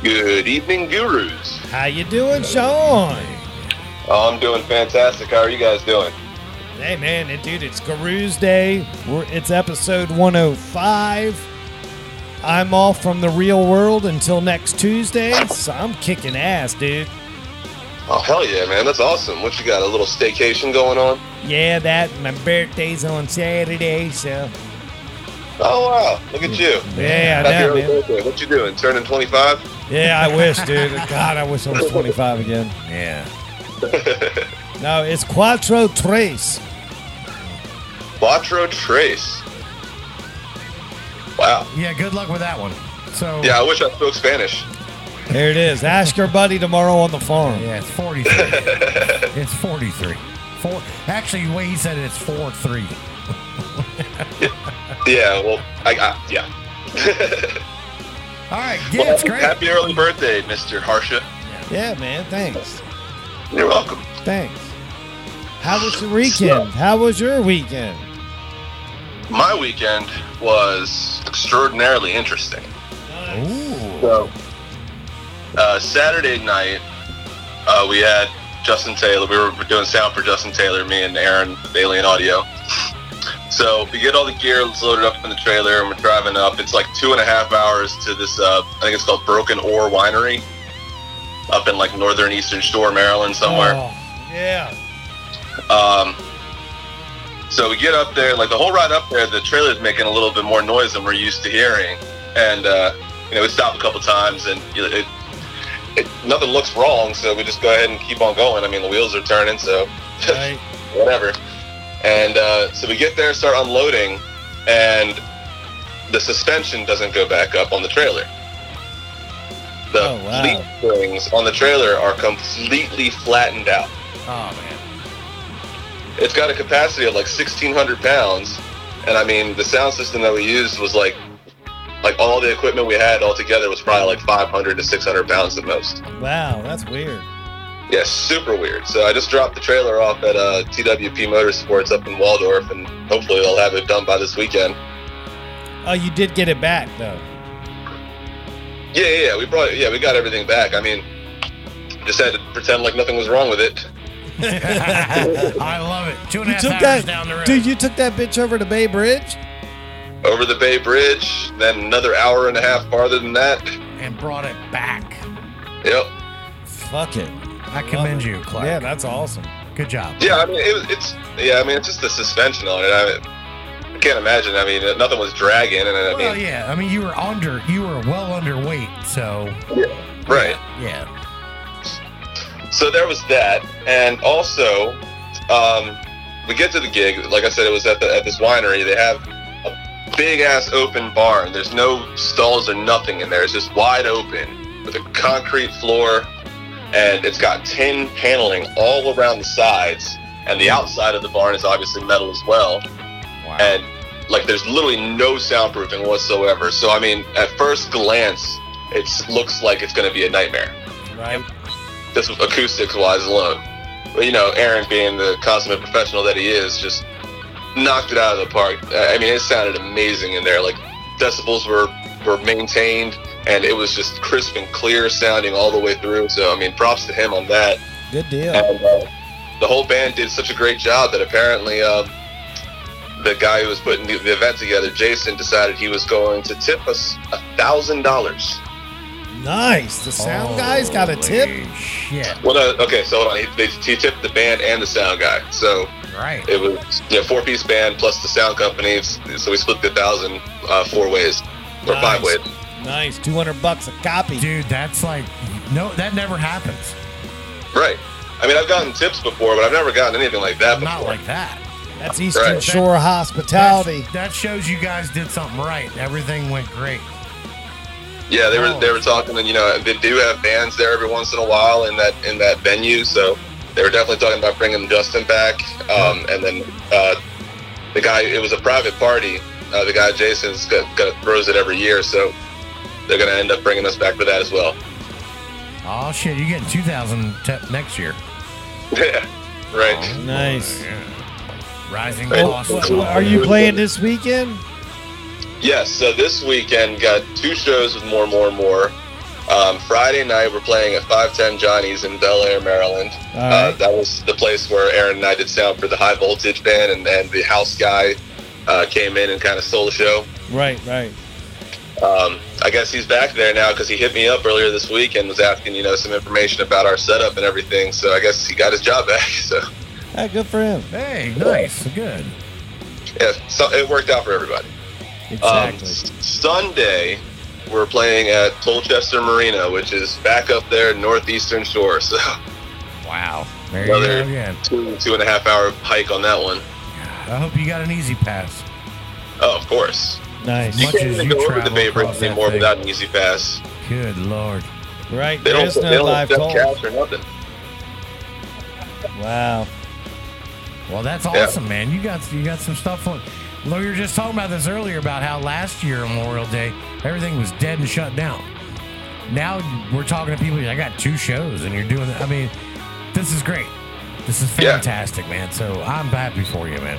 F: Good evening, gurus.
B: How you doing, Sean?
F: Oh, I'm doing fantastic. How are you guys doing?
B: Hey, man, and dude, it's Guru's Day. We're, it's episode 105. I'm off from the real world until next Tuesday, so I'm kicking ass, dude.
F: Oh, hell yeah, man. That's awesome. What you got? A little staycation going on?
B: Yeah, that and my birthday's on Saturday, so
F: Oh, wow. Look at you.
B: yeah, I
F: Happy
B: know,
F: early
B: man.
F: birthday. What you doing? Turning 25?
B: Yeah, I wish, dude. God, I wish I was 25 again.
C: Yeah.
B: No, it's Cuatro Tres.
F: Quattro Trace. Wow.
C: Yeah. Good luck with that one. So
F: Yeah, I wish I spoke Spanish.
B: There it is. Ask your buddy tomorrow on the farm.
C: Yeah, it's 43. it's 43. Four. Actually, the way he said it, it's four three.
F: Yeah, well, I, I yeah.
C: All right. Yeah, it's great.
F: Happy early birthday, Mr. Harsha.
B: Yeah, man. Thanks.
F: You're welcome.
B: Thanks. How was your weekend? How was your weekend?
F: My weekend was extraordinarily interesting.
C: Ooh.
F: So, uh, Saturday night, uh, we had Justin Taylor. We were doing sound for Justin Taylor, me and Aaron Bailey and Audio. So we get all the gear it's loaded up in the trailer, and we're driving up. It's like two and a half hours to this. Uh, I think it's called Broken Ore Winery, up in like northern eastern Shore, Maryland, somewhere.
B: Oh, yeah.
F: Um, so we get up there, like the whole ride up there, the trailer's making a little bit more noise than we're used to hearing. And, uh, you know, we stop a couple times and you know, it, it, nothing looks wrong, so we just go ahead and keep on going. I mean, the wheels are turning, so
B: Right.
F: whatever. And uh, so we get there, start unloading, and the suspension doesn't go back up on the trailer. The
B: Oh, wow.
F: leaf springs on the trailer are completely flattened out.
C: Oh man.
F: It's got a capacity of like 1,600 pounds, and I mean the sound system that we used was like, like all the equipment we had all together was probably like 500 to 600 pounds the most.
B: Wow, that's weird.
F: Yeah, super weird. So I just dropped the trailer off at uh, TWP Motorsports up in Waldorf, and hopefully they'll have it done by this weekend.
B: Oh, you did get it back though.
F: Yeah, yeah, yeah, we brought, yeah, we got everything back. I mean, just had to pretend like nothing was wrong with it.
C: I love it. Two and a
B: You
C: half
B: took
C: hours
B: that,
C: down the road.
B: dude. You took that bitch over to Bay Bridge.
F: Over the Bay Bridge, then another hour and a half farther than that.
C: and brought it back.
F: Yep.
B: Fuck it.
C: I commend you, Clark.
B: Yeah, that's awesome.
C: Good job.
F: Yeah, I mean, it, was- it's yeah, I mean, it's just the suspension on it. I, I can't imagine. I mean, nothing was dragging, and I
C: Well,
F: mean,
C: yeah. I mean, you were under, you were well underweight, so
F: right.
C: yeah.
F: So there was that, and also, um, we get to the gig. Like I said, it was at the at this winery. They have a big ass open barn. There's no stalls or nothing in there. It's just wide open with a concrete floor, and it's got tin paneling all around the sides, and the outside of the barn is obviously metal as well.
C: Wow.
F: and like there's literally no soundproofing whatsoever. So I mean, at first glance, it looks like it's going to be a nightmare.
B: Right.
F: Just acoustics wise alone. But you know, Aaron, being the consummate professional that he is, just knocked it out of the park. I I mean, it sounded amazing in there. Like decibels were were maintained, and it was just crisp and clear sounding all the way through. So I mean, props to him on that.
B: Good deal.
F: And, uh, the whole band did such a great job that apparently um, the guy who was putting the, the event together, Jason, decided he was going to tip us a thousand dollars.
B: Nice. The sound guy's got a tip.
C: Holy Shit.
F: Well, no, okay, so hold on. He, they, he tipped the band and the sound guy, so
C: Right.
F: it was you know four piece band plus the sound company. s- So we split the thousand uh, four ways or
B: Nice.
F: five ways.
B: Nice. Two hundred bucks a copy.
C: Dude, that's like no, that never happens.
F: Right. I mean, I've gotten tips before, but I've never gotten anything like that before.
C: Not like that.
B: That's Eastern
F: Right.
B: Shore hospitality.
C: That's- That shows you guys did something right. Everything went great.
F: yeah, they
C: Oh.
F: were they were talking, and you know they do have bands there every once in a while in that in that venue. So they were definitely talking about bringing Justin back, um, and then uh, the guy. It was a private party. Uh, the guy Jason's got, got throws it every year, so they're going to end up bringing us back for that as well.
C: Oh shit, you're getting two thousand tip next year.
F: Yeah, right.
C: Oh.
B: Nice.
C: Rising
F: Right.
C: costs.
F: What-
B: Well, are you playing this weekend?
F: Yes, so this weekend got two shows with More, More, More. Um, Friday night, we're playing at 510 Johnny's in Bel Air, Maryland.
B: All
F: Uh,
B: right.
F: that was the place where Aaron and I did sound for the High Voltage Band, and, and the house guy uh, came in and kind of stole the show.
B: Right. Right.
F: Um, I guess he's back there now because he hit me up earlier this week and was asking, you know, some information about our setup and everything. So I guess he got his job back. So
B: Ah, good for him.
C: Hey, nice, good.
F: yeah, so it worked out for everybody. Um,
B: Exactly.
F: S- Sunday, we're playing at Tolchester Marina, which is back up there, northeastern shore. So
C: Wow. There you
F: Brother.
C: go again.
F: two two and a half hour hike on that one.
C: I hope you got an easy pass.
F: Oh, of course.
B: nice.
C: Much
F: You can't
C: as
F: even
C: you
F: go over the
C: travel
F: Bay
C: across
F: Bridge
C: that
F: anymore
C: thing.
F: without an easy pass.
C: Good lord.
B: Right.
F: They don't,
B: There's
F: they
B: no
F: don't
B: live toll.
F: accept cash or nothing.
B: Wow.
C: Well, that's
F: Yeah.
C: awesome, man. You got you got some stuff on. Well, we were just talking about this earlier about how last year on Memorial Day everything was dead and shut down. Now we're talking to people. I got two shows, and you're doing. I mean, this is great. This is
F: Yeah.
C: fantastic, man. So I'm happy for you, man.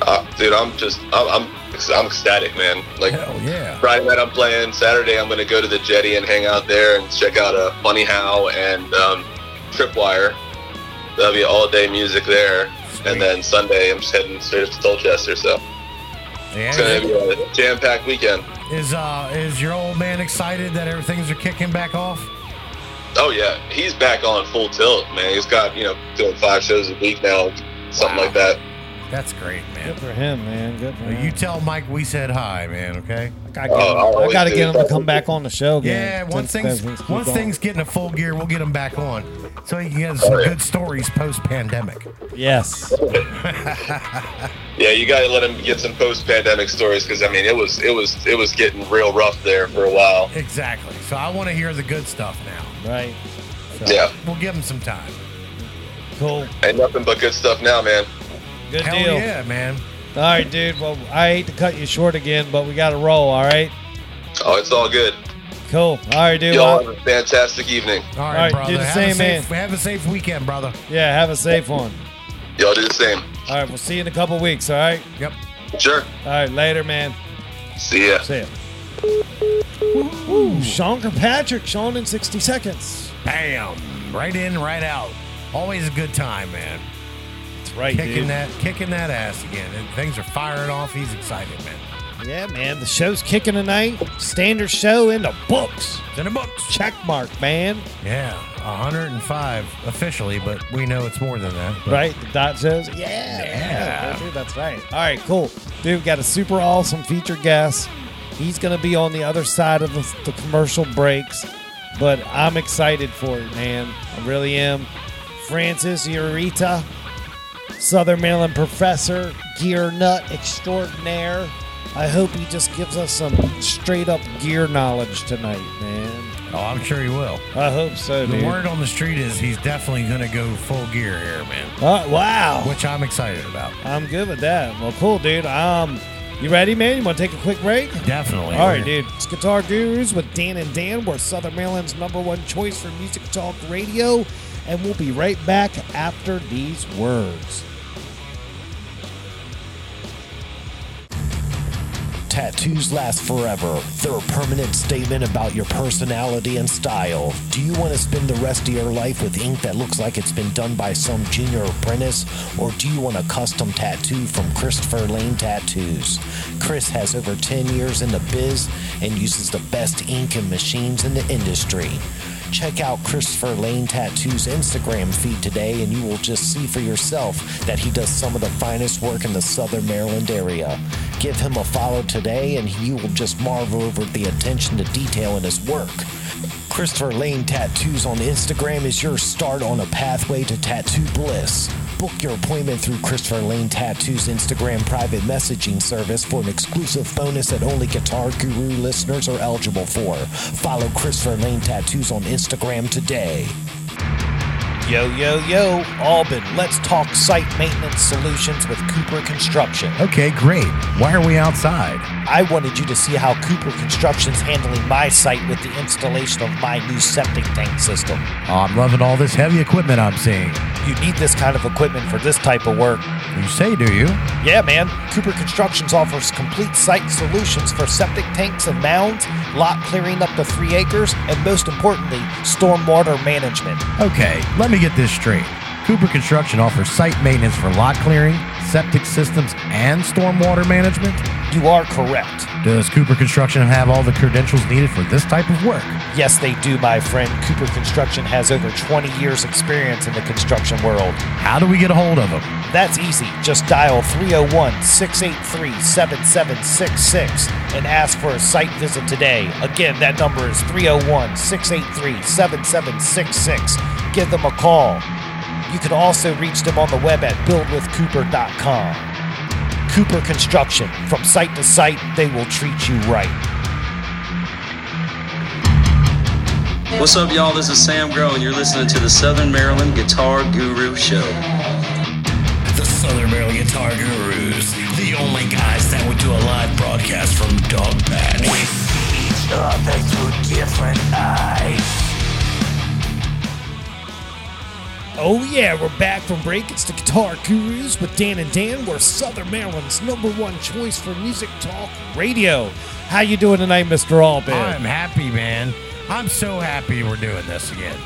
F: Uh, dude, I'm just, I'm, I'm, I'm ecstatic, man. Like,
C: Hell yeah.
F: Friday night I'm playing. Saturday I'm going to go to the jetty and hang out there and check out uh, Funny How and um, Tripwire. That'll be all day music there. And then Sunday I'm just heading straight up to Colchester. So it's going to
C: Yeah.
F: be a jam packed weekend.
C: Is uh is your old man excited that everything's are kicking back off?
F: Oh, yeah. He's back on full tilt, man. He's got, you know, doing five shows a week now, something
C: Wow.
F: like that.
C: That's great, man.
B: Good for him, man. Good for
C: Well,
B: him.
C: You tell Mike we said hi, man. Okay.
B: I,
F: Oh, I'll always
B: got to
F: do
B: get him
F: that.
B: to come back on the show
C: Yeah,
B: again.
C: once
B: Since
C: things
B: things keep
C: once
B: going.
C: things get in a full gear, we'll get him back on, so he can get us some good stories post pandemic.
B: Yes.
F: Yeah, you got to let him get some post pandemic stories because, I mean, it was, it was, it was getting real rough there for a while.
C: Exactly. So I want to hear the good stuff now.
B: Right.
C: So
F: Yeah.
C: we'll give him some time.
B: Cool.
F: Ain't nothing but good stuff now, man.
B: Good
C: Hell
B: deal.
C: yeah, man.
B: All right, dude. Well, I hate to cut you short again, but we got to roll. All right.
F: Oh, it's all good.
B: Cool. All right, dude.
F: Y'all
B: Well,
F: have a fantastic evening.
C: All right,
B: All right,
C: brother.
B: do the
C: have a
B: same,
C: safe, Have a safe weekend, brother.
B: yeah. Have a safe one.
F: Y'all do the same.
B: All right. We'll see you in a couple weeks. All right.
C: Yep.
F: Sure.
B: All right. Later, man.
F: See ya.
B: See ya. Ooh, Sean Kirkpatrick. Sean in 60 seconds.
C: Bam. Right in, right out. Always a good time, man.
B: That's right,
C: Kicking
B: dude.
C: that, kicking that ass again. And things are firing off. He's excited, man.
B: Yeah, man. The show's kicking tonight. Standard show in the books.
C: It's in the books.
B: Check mark, man.
C: Yeah, 105 officially, but we know it's more than that. But
B: Right? The dot shows? Yeah.
C: Yeah.
B: dude, that's right. All right, cool. Dude, we got a super awesome featured guest. He's going to be on the other side of the, the commercial breaks, but I'm excited for it, man. I really am. Francis Urita, Southern Maryland professor, gear nut extraordinaire. I hope he just gives us some straight up gear knowledge tonight, man.
C: Oh, I'm sure he will.
B: I hope so,
C: The
B: dude.
C: word on the street is he's definitely going to go full gear here, man,
B: Uh, wow.
C: which I'm excited about.
B: I'm good with that. Well, cool, dude. Um, You ready, man? You want to take a quick break?
C: Definitely.
B: All right, dude. It's Guitar Gurus with Dan and Dan. We're Southern Maryland's number one choice for music talk radio, and we'll be right back after these words. Tattoos last forever. They're a permanent statement about your personality and style. Do you want to spend the rest of your life with ink that looks like it's been done by some junior apprentice? Or do you want a custom tattoo from Christopher Lane Tattoos? Chris has over 10 years in the biz and uses the best ink and machines in the industry. Check out Christopher Lane Tattoo's Instagram feed today, and you will just see for yourself that he does some of the finest work in the Southern Maryland area. Give him a follow today, and you will just marvel over the attention to detail in his work. Christopher Lane Tattoos on Instagram is your start on a pathway to tattoo bliss. Book your appointment through Christopher Lane Tattoo's Instagram private messaging service for an exclusive bonus that only Guitar Guru listeners are eligible for. Follow Christopher Lane Tattoos on Instagram today. Yo, yo, yo, Albin, let's talk site maintenance solutions with Cooper Construction.
C: Okay, great. Why are we outside?
B: I wanted you to see how Cooper Construction's handling my site with the installation of my new septic tank system.
C: Oh, I'm loving all this heavy equipment I'm seeing.
B: You need this kind of equipment for this type of work.
C: You say, do you?
B: Yeah, man. Cooper Constructions offers complete site solutions for septic tanks and mounds, lot clearing up to three acres, and most importantly, stormwater management.
C: Okay, let me get this straight. Cooper Construction offers site maintenance for lot clearing, septic systems, and stormwater management.
B: You are correct.
C: Does Cooper Construction have all the credentials needed for this type of work?
B: Yes, they do, my friend. Cooper Construction has over 20 years' experience in the construction world.
C: How do we get a hold of them?
B: That's easy. Just dial 301 683 7766 and ask for a site visit today. Again, that number is 301 683 7766. Give them a call. You can also reach them on the web at buildwithcooper.com. Cooper Construction. From site to site, they will treat you right.
G: What's up, y'all? This is Sam Groh, and you're listening to the Southern Maryland Guitar Guru Show.
H: The Southern Maryland Guitar Gurus, the only guys that would do a live broadcast from Dogman. We see each other through different eyes.
B: Oh yeah, we're back from break. It's the Guitar Gurus with Dan and Dan. We're Southern Maryland's number one choice for music talk radio. How you doing tonight, Mr. Albin?
C: I'm happy, man. I'm so happy we're doing this again.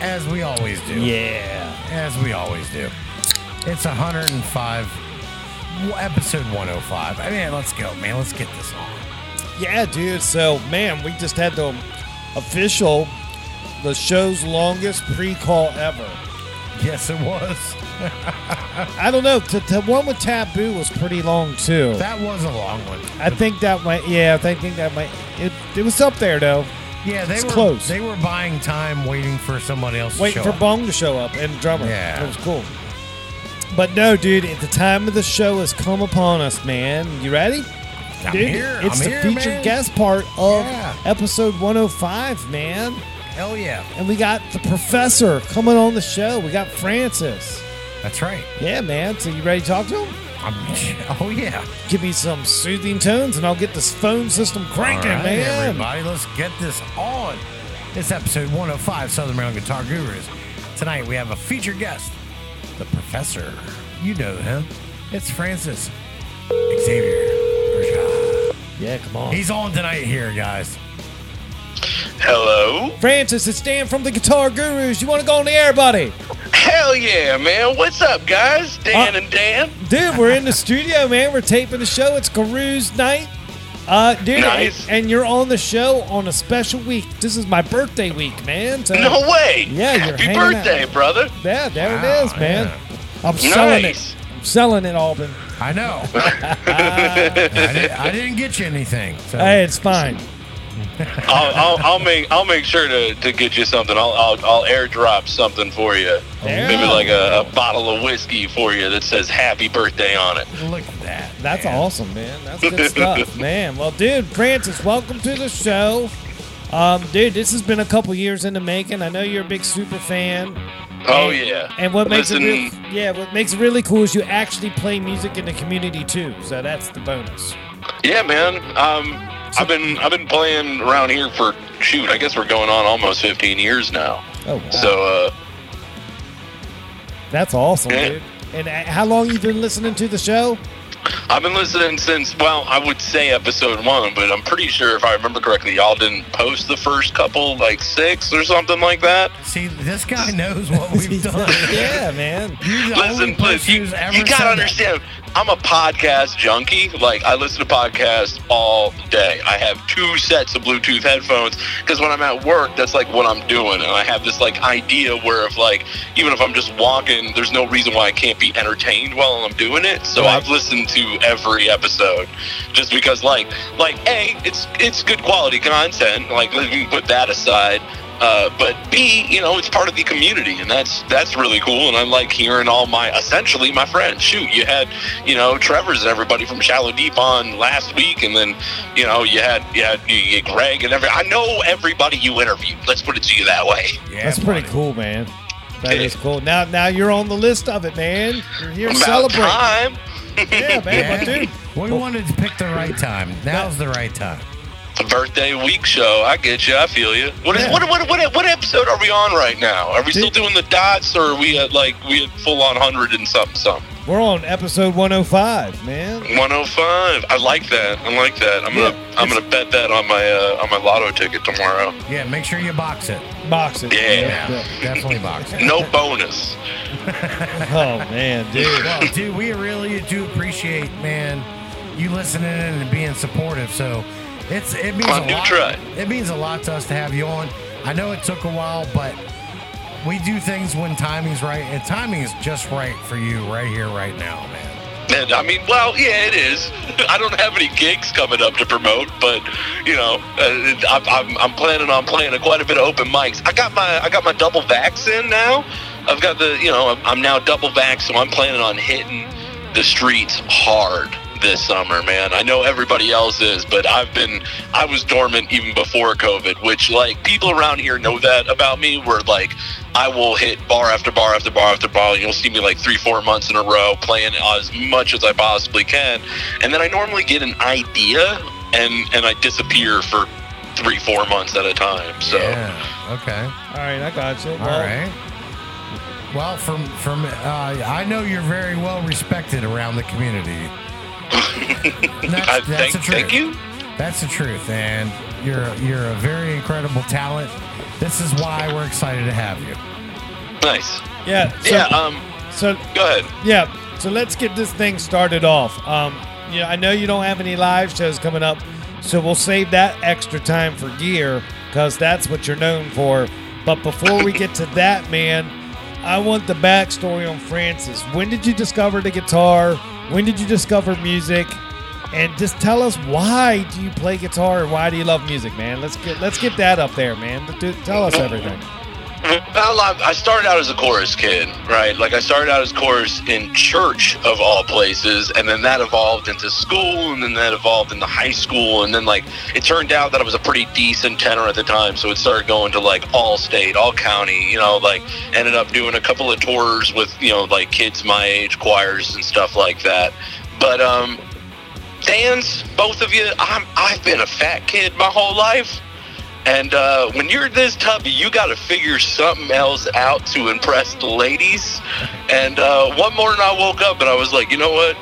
C: As we always do.
B: yeah.
C: As we always do. It's 105, w- episode 105. I mean, let's go, man. Let's get this on.
B: Yeah, dude. So, man, we just had the official, the show's longest pre-call ever.
C: Yes, it was.
B: I don't know. The the one with Taboo was pretty long too.
C: That was a long one.
B: I think that might. Yeah, I think that might. It, it was up there though.
C: Yeah, they
B: It's
C: were
B: close.
C: They were buying time, waiting for somebody else. to
B: waiting
C: show
B: for
C: up.
B: Bong to show up and drummer.
C: Yeah.
B: it was cool. But no, dude, at the time of the show has come upon us, man. You ready?
C: I'm
B: dude,
C: here.
B: it's
C: I'm
B: the
C: here,
B: featured
C: man.
B: guest part of
C: Yeah.
B: episode 105, man.
C: Hell yeah,
B: And we got the professor coming on the show. We got Francis.
C: that's right.
B: Yeah, man. So you ready to talk to him?
C: I'm, oh yeah,
B: Give me some soothing tones, and I'll get this phone system
C: All
B: cranking,
C: right,
B: man.
C: Everybody, let's get this on. It's episode 105 Southern Maryland Guitar Gurus. Tonight we have a featured guest, the professor. You know him. It's Francis Xavier. Burchard.
B: Yeah, come on.
C: He's on tonight here, guys.
E: Hello?
B: Francis, it's Dan from the Guitar Gurus. You want to go on the air, buddy?
E: Hell yeah, man. What's up, guys? Dan
B: Uh,
E: and Dan.
B: Dude, we're in the studio, man. We're taping the show. It's Garoo's night. Uh, dude,
E: Nice.
B: and, and you're on the show on a special week. This is my birthday week, man. So,
E: No way.
B: Yeah, you're
E: Happy
B: hanging out.
E: birthday, brother.
B: Yeah, there
C: Wow,
B: it is, man. I'm selling
E: Nice.
B: it. I'm selling it, Alban.
C: I know. I, did, I didn't get you anything. So.
B: Hey, it's fine.
E: I'll, I'll, I'll make I'll make sure to, to get you something. I'll, I'll I'll airdrop something for you.
B: There.
E: Maybe like a, a bottle of whiskey for you that says "Happy Birthday" on it.
C: Look at that.
B: That's
C: man.
B: awesome, man. That's good stuff, man. Well, dude, Francis, welcome to the show. Um, dude, this has been a couple years in the making. I know you're a big super fan.
F: Oh
B: And-
F: yeah.
B: And what makes
F: Listen,
B: it real, yeah, what makes it really cool is you actually play music in the community too. So that's the bonus.
F: Yeah, man. Um, I've been I've been playing around here for shoot. I guess we're going on almost 15 years now.
B: Oh, wow.
F: So uh,
B: that's awesome,
F: Yeah.
B: dude. And uh, how long you been listening to the show?
F: I've been listening since well, I would say episode one, but I'm pretty sure if I remember correctly, y'all didn't post the first couple like six or something like that.
C: See, this guy knows what we've done.
B: yeah, man.
C: You're the only
F: Listen,
C: person
F: listen, you,
C: who's ever
F: you
C: said
F: gotta
C: that.
F: understand. I'm a podcast junkie. Like I listen to podcasts all day. I have two sets of Bluetooth headphones because when I'm at work, that's like what I'm doing, and I have this like idea where if like even if I'm just walking, there's no reason why I can't be entertained while I'm doing it. So
B: Right.
F: I've listened to every episode just because like like a it's it's good quality content. Like let me put that aside. Uh, but B, you know, it's part of the community, and that's that's really cool. And I like hearing all my essentially my friends. Shoot, you had you know Trevor's and everybody from Shallow Deep on last week, and then you know you had you had, you had Greg and every. I know everybody you interviewed. Let's put it to you that way.
C: Yeah,
B: That's pretty
C: buddy.
B: cool, man. That
F: Yeah.
B: is cool. Now, now you're on the list of it, man. You're here
F: About
B: celebrating.
F: time.
B: Yeah, man.
C: Yeah.
B: But dude,
C: We wanted to pick the right time. Now's the right time.
F: The birthday week show. I get you. I feel you. What is
B: Yeah.
F: what, what what what episode are we on right now? Are we still
B: Dude.
F: doing the dots, or are we at like we at full on hundred and something something?
B: we're on episode 105, man.
F: 105. I like that. I like that. I'm gonna I'm gonna bet that on my uh, on my lotto ticket tomorrow.
C: Yeah, make sure you box it.
B: Box it.
F: Yeah.
C: Definitely box it.
F: No bonus.
B: Oh man, dude.
C: Well, dude, we really do appreciate, man, you listening in and being supportive. So it's it means
F: I
C: a
F: do
C: lot.
F: try.
C: It means a lot to us to have you on. I know it took a while, but we do things when timing's right, and timing is just right for you right here, right now, man.
F: And, I mean, well, yeah, it is. I don't have any gigs coming up to promote, but you know, uh, I'm, I'm, I'm planning on playing quite a bit of open mics. I got my I got my double vax in now. I've got the you know I'm, I'm now double vax, so I'm planning on hitting the streets hard this summer, man. I know everybody else is, but I've been I was dormant even before COVID, which like people around here know that about me. Where like I will hit bar after bar after bar after bar. You'll see me like three four months in a row playing as much as I possibly can, and then I normally get an idea and and I disappear for three four months at a time. So.
C: Yeah. Okay.
B: All right, I got you.
C: All right. Well, from from uh, I know you're very well respected around the community. That's,
F: I
C: that's
F: thank,
C: the truth.
F: thank you.
C: That's the truth, and you're you're a very incredible talent. This is why we're excited to have you.
F: Nice.
B: Yeah. So,
F: yeah. Um.
B: So
F: Go ahead.
B: yeah. So let's get this thing started off. Um. Yeah, I know you don't have any live shows coming up, so we'll save that extra time for gear because that's what you're known for. But before we get to that, man, I want the backstory on Francis. When did you discover the guitar? When did you discover music? And just tell us why do you play guitar and why do you love music, man? Let's get let's get that up there, man. Do- Tell us everything.
F: Well, I I started out as a chorus kid, right? Like I started out as chorus in church of all places, and then that evolved into school, and then that evolved into high school, and then like it turned out that I was a pretty decent tenor at the time, so it started going to like all state, all county, you know, like ended up doing a couple of tours with you know like kids my age, choirs and stuff like that. But um, Dan's, both of you, I'm I've been a fat kid my whole life. And uh, when you're this tubby, you got to figure something else out to impress the ladies. And uh, one morning I woke up and I was like, you know what?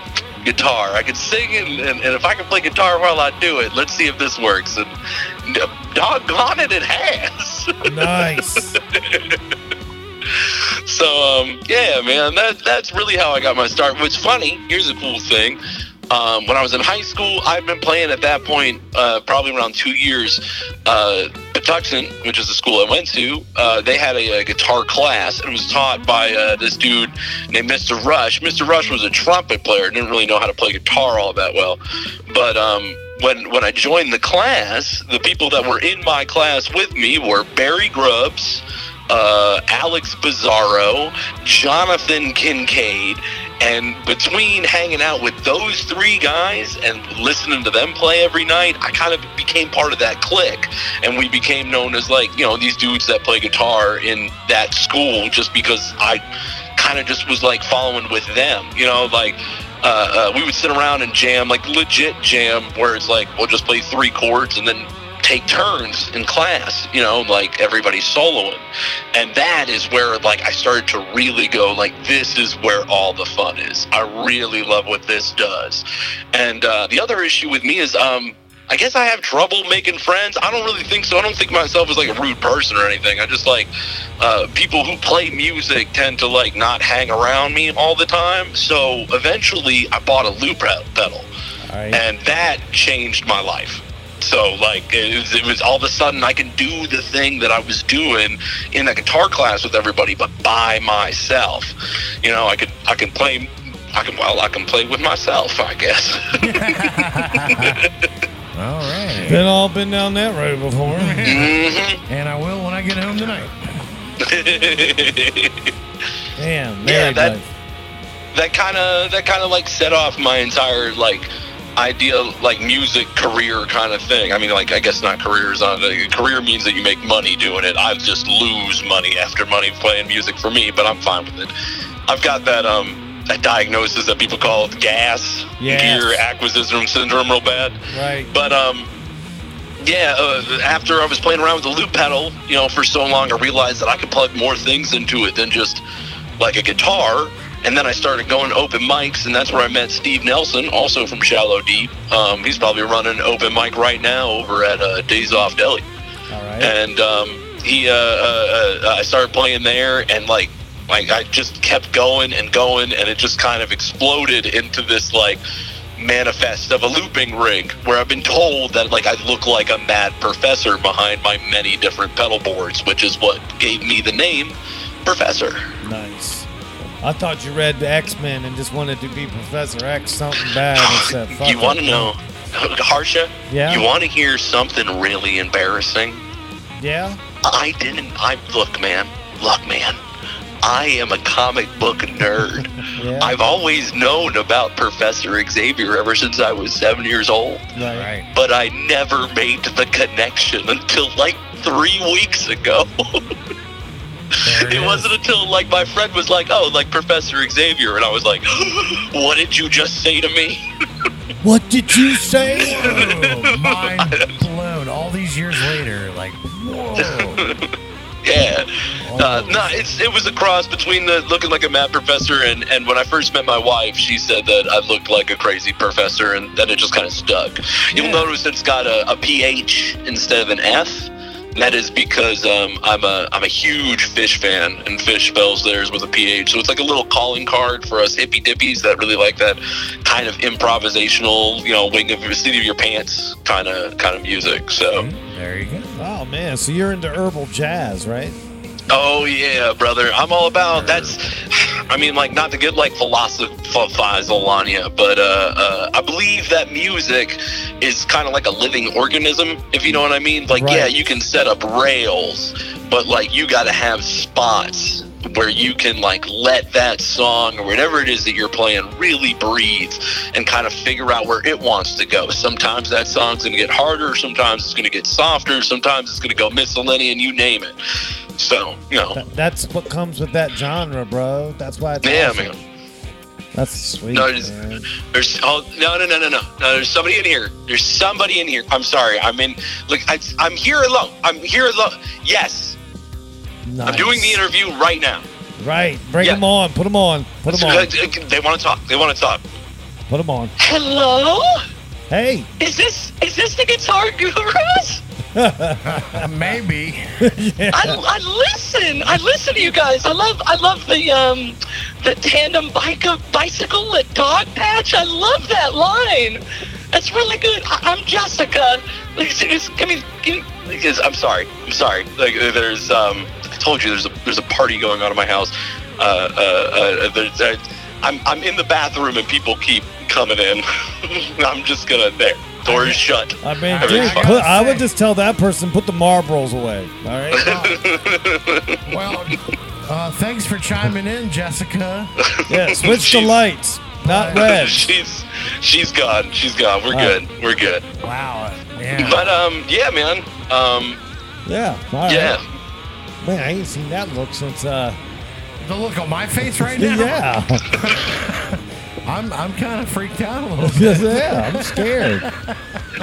F: Guitar. I could sing, and, and, and if I can play guitar while I do it, let's see if this works. And uh, doggone it, it has.
B: Nice.
F: so um, yeah, man, that that's really how I got my start. What's funny? Here's a cool thing. Um, when I was in high school, I'd been playing at that point, uh, probably around two years. Uh, Patuxent, which is the school I went to, uh, they had a, a guitar class and it was taught by uh, this dude named Mr. Rush. Mr. Rush was a trumpet player, didn't really know how to play guitar all that well. But um, when when I joined the class, the people that were in my class with me were Barry Grubbs, uh, Alex Bizarro, Jonathan Kincaid, and between hanging out with those three guys and listening to them play every night, I kind of became part of that clique. And we became known as, like, you know, these dudes that play guitar in that school just because I kind of just was like following with them, you know, like. Uh, uh, we would sit around and jam, like legit jam, where it's like we'll just play three chords and then take turns in class, you know, like everybody's soloing. And that is where like I started to really go like this is where all the fun is. I really love what this does. And uh, the other issue with me is um I guess I have trouble making friends. I don't really think so. I don't think myself as like a rude person or anything. I just like uh, people who play music tend to like not hang around me all the time. So eventually, I bought a loop pedal,
B: All right.
F: and that changed my life. So like it was, it was all of a sudden I can do the thing that I was doing in a guitar class with everybody, but by myself. You know, I could I can play. I can well, I can play with myself, I guess.
C: All right.
B: Been all been down that road before.
C: And I will when I get home tonight.
B: Damn, married
F: that-
B: life.
F: that kind of that kind of like set off my entire like idea like music career kind of thing i mean like i guess not careers on career means that you make money doing it i just lose money after money playing music for me but i'm fine with it i've got that um that diagnosis that people call it gas
B: Yes.
F: gear acquisition syndrome real bad
B: Right.
F: but um yeah, uh, after I was playing around with the loop pedal, you know, for so long, I realized that I could plug more things into it than just like a guitar. And then I started going to open mics, and that's where I met Steve Nelson, also from Shallow Deep. Um, he's probably running an open mic right now over at uh, Days Off Deli
B: All right.
F: and um, he uh, uh, uh, I started playing there, and like like I just kept going and going, and it just kind of exploded into this like manifest of a looping rig where I've been told that like I look like a mad professor behind my many different pedal boards, which is what gave me the name Professor.
B: Nice. I thought you read the X Men and just wanted to be Professor X something bad. and said, fuck
F: you
B: it.
F: want to know, Harsha?
B: Yeah.
F: You want to hear something really embarrassing?
B: Yeah.
F: I didn't. I look, man. Look, man. I am a comic book nerd.
B: Yeah.
F: I've always known about Professor Xavier ever since I was seven years old,
B: right.
C: Right.
F: but I never made the connection until like three weeks ago.
C: There
F: it
C: is.
F: wasn't until like my friend was like, "Oh, like Professor Xavier," and I was like, "What did you just say to me?"
B: What did you say?
C: Whoa, mind blown. All these years later, like, whoa.
F: Yeah. Uh, no, it's it was a cross between the looking like a mad professor and and when I first met my wife, she said that I looked like a crazy professor, and then it just kind of stuck. You'll notice it's got a, a PH instead of an F. And that is because um, I'm a I'm a huge fish fan, and fish spells theirs with a PH, so it's like a little calling card for us hippy dippies that really like that kind of improvisational, you know, wing of your seat of your pants kind of kind of music. So.
C: There you go.
B: Oh man, so you're into herbal jazz, right?
F: Oh yeah, brother. I'm all about that's. I mean, like not to get like philosophical on you, but uh, uh, I believe that music is kind of like a living organism, if you know what I mean. Like,
B: Right.
F: yeah, you can set up rails, but like you got to have spots where you can like let that song or whatever it is that you're playing really breathe and kind of figure out where it wants to go. Sometimes that song's going to get harder, sometimes it's going to get softer, sometimes it's going to go miscellaneous, you name it. So, you know,
B: That, that's what comes with that genre, bro. That's why it's
F: yeah,
B: awesome.
F: man.
B: That's sweet.
F: No, it is-
B: man.
F: There's oh no no no no no no. There's somebody in here. There's somebody in here. I'm sorry. I'm in. Look, I, I'm here alone. I'm here alone. Yes,
B: Nice.
F: I'm doing the interview right now.
B: Right. Bring
F: Yeah.
B: them on. Put them on. Put them on.
F: They want to talk. They want to talk.
B: Put them on.
F: Hello?
B: Hey.
F: Is this is this the guitar gurus?
C: Maybe.
F: I, I listen. I listen to you guys. I love I love the um the tandem bike bicycle at dog patch. I love that line. That's really good. I, I'm Jessica. It's- it's- I mean, you- it's- I'm sorry. I'm sorry. Like uh, there's um I told you there's a there's a party going on at my house. Uh uh, uh there's, uh I'm I'm in the bathroom and people keep coming in. I'm just gonna there. Doors shut.
B: I mean,
F: Everything's
B: dude,
F: fine.
B: put, I would just tell that person put the Marlboros away. All right.
C: Well, uh, thanks for chiming in, Jessica.
B: Yeah, switch the
F: Jeez.
B: lights, not red.
F: she's she's gone. She's gone. We're
B: All right.
F: good. We're good.
C: Wow. Yeah.
F: But um, yeah, man. Um,
B: Yeah. all right.
F: yeah.
B: Man, I ain't seen that look since. uh
C: the look on my face right now.
B: Yeah.
C: I'm I'm kind of freaked out a little bit.
B: yeah. I'm scared.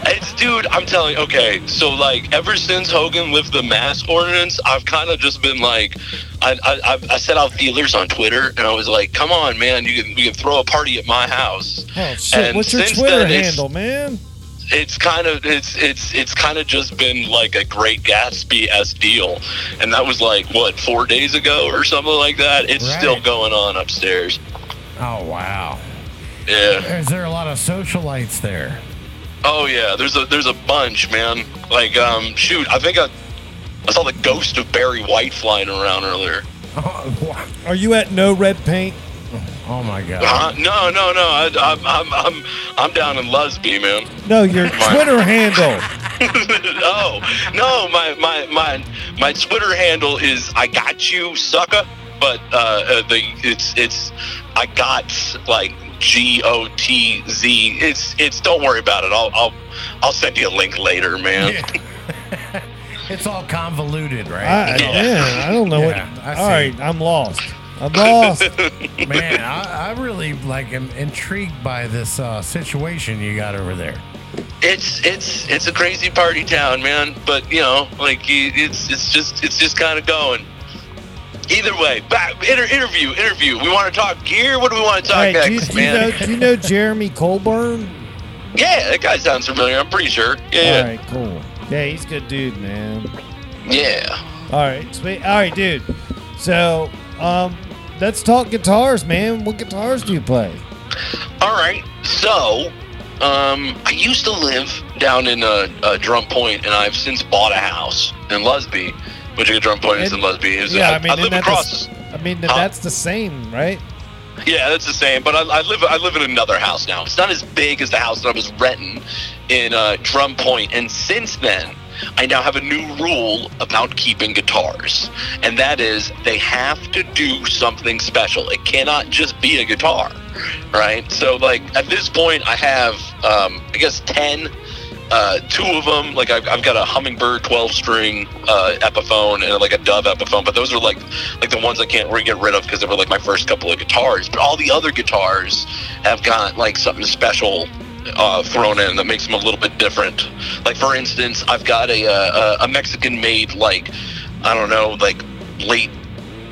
F: It's dude, I'm telling. Okay, so like ever since Hogan lifted the mask ordinance, I've kind of just been like, I I, I- I set out feelers on Twitter, and I was like, come on, man, you can you can throw a party at my house.
B: Oh shit!
F: And
B: What's your
F: since
B: Twitter
F: then, it's-
B: handle, man?
F: It's kind of it's it's it's kind of just been like a Great Gatsby s deal, and that was like what four days ago or something like that. It's
C: Right.
F: still going on upstairs.
C: Oh wow.
F: Yeah.
C: Is there a lot of socialites there?
F: Oh yeah, there's a there's a bunch, man. Like um, shoot, I think I I saw the ghost of Barry White flying around earlier.
C: Oh, wow.
B: Are you at no red paint?
C: oh my god.
F: Uh, no, no, no. I, I'm, I'm, I'm, I'm down in Lusby, man.
B: No, your
F: Mine.
B: Twitter handle.
F: oh, no. My, my, my, my Twitter handle is I got you, sucker. But uh, uh, the it's it's I got like G O T Z. It's it's. Don't worry about it. I'll I'll I'll send you a link later, man.
C: Yeah.
F: Uh-huh.
C: it's all convoluted, right?
B: I, man, I don't know
C: Yeah, I
B: what.
C: see.
B: All right, I'm lost. I'm lost.
C: Man, I, I really like am intrigued by this uh, situation you got over there.
F: It's it's it's a crazy party town, man. But you know, like y- it's it's just it's just kind of going. Either way, back inter- interview, interview. We want to talk gear. What do we want to talk
B: Hey, do, you,
F: next,
B: do you
F: man?
B: know, do you know Jeremy Colburn?
F: Yeah, that guy sounds familiar. I'm pretty sure.
B: All
F: Yeah,
B: right, cool. Yeah, he's a good dude, man.
F: yeah.
B: All right, sweet. All right, dude. So, um, let's talk guitars, man. What guitars do you play?
F: All right. So, um, I used to live down in uh, uh, Drum Point, and I've since bought a house in Lusby, which is Drum Point is in
B: And-
F: Lusby. It's- I, I
B: isn't
F: live
B: that the
F: across.
B: s- I mean,
F: Huh?
B: that's the same, right?
F: Yeah, that's the same. But I, I live I live in another house now. It's not as big as the house that I was renting in uh, Drum Point. And since then, I now have a new rule about keeping guitars, and that is they have to do something special. It cannot just be a guitar, right? So like at this point, I have um, I guess ten. Uh, two of them, like I've, I've got a hummingbird 12 string uh, Epiphone and like a Dove Epiphone, but those are like like the ones I can't really get rid of because they were like my first couple of guitars. But all the other guitars have got like something special uh, thrown in that makes them a little bit different. Like for instance, I've got a uh, a Mexican made like I don't know like late.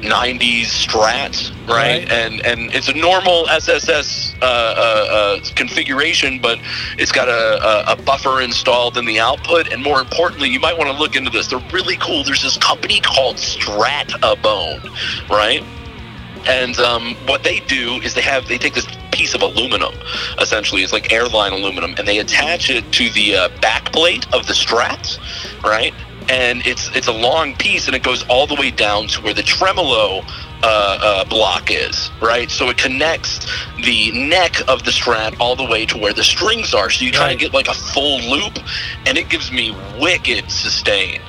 F: 90s strat right?
B: Right.
F: and and it's a normal sss uh, uh, uh, configuration but it's got a, a, a buffer installed in the output, and more importantly, you might want to look into this. They're really cool. There's this company called Stratabone, right? And um, what they do is they have they take this piece of aluminum, essentially it's like airline aluminum, and they attach it to the uh, back plate of the Strat, right? And it's it's a long piece, and it goes all the way down to where the tremolo uh, uh, block is, right? So it connects the neck of the Strat all the way to where the strings are. So you kind
B: Right.
F: of get like a full loop, and it gives me wicked sustain.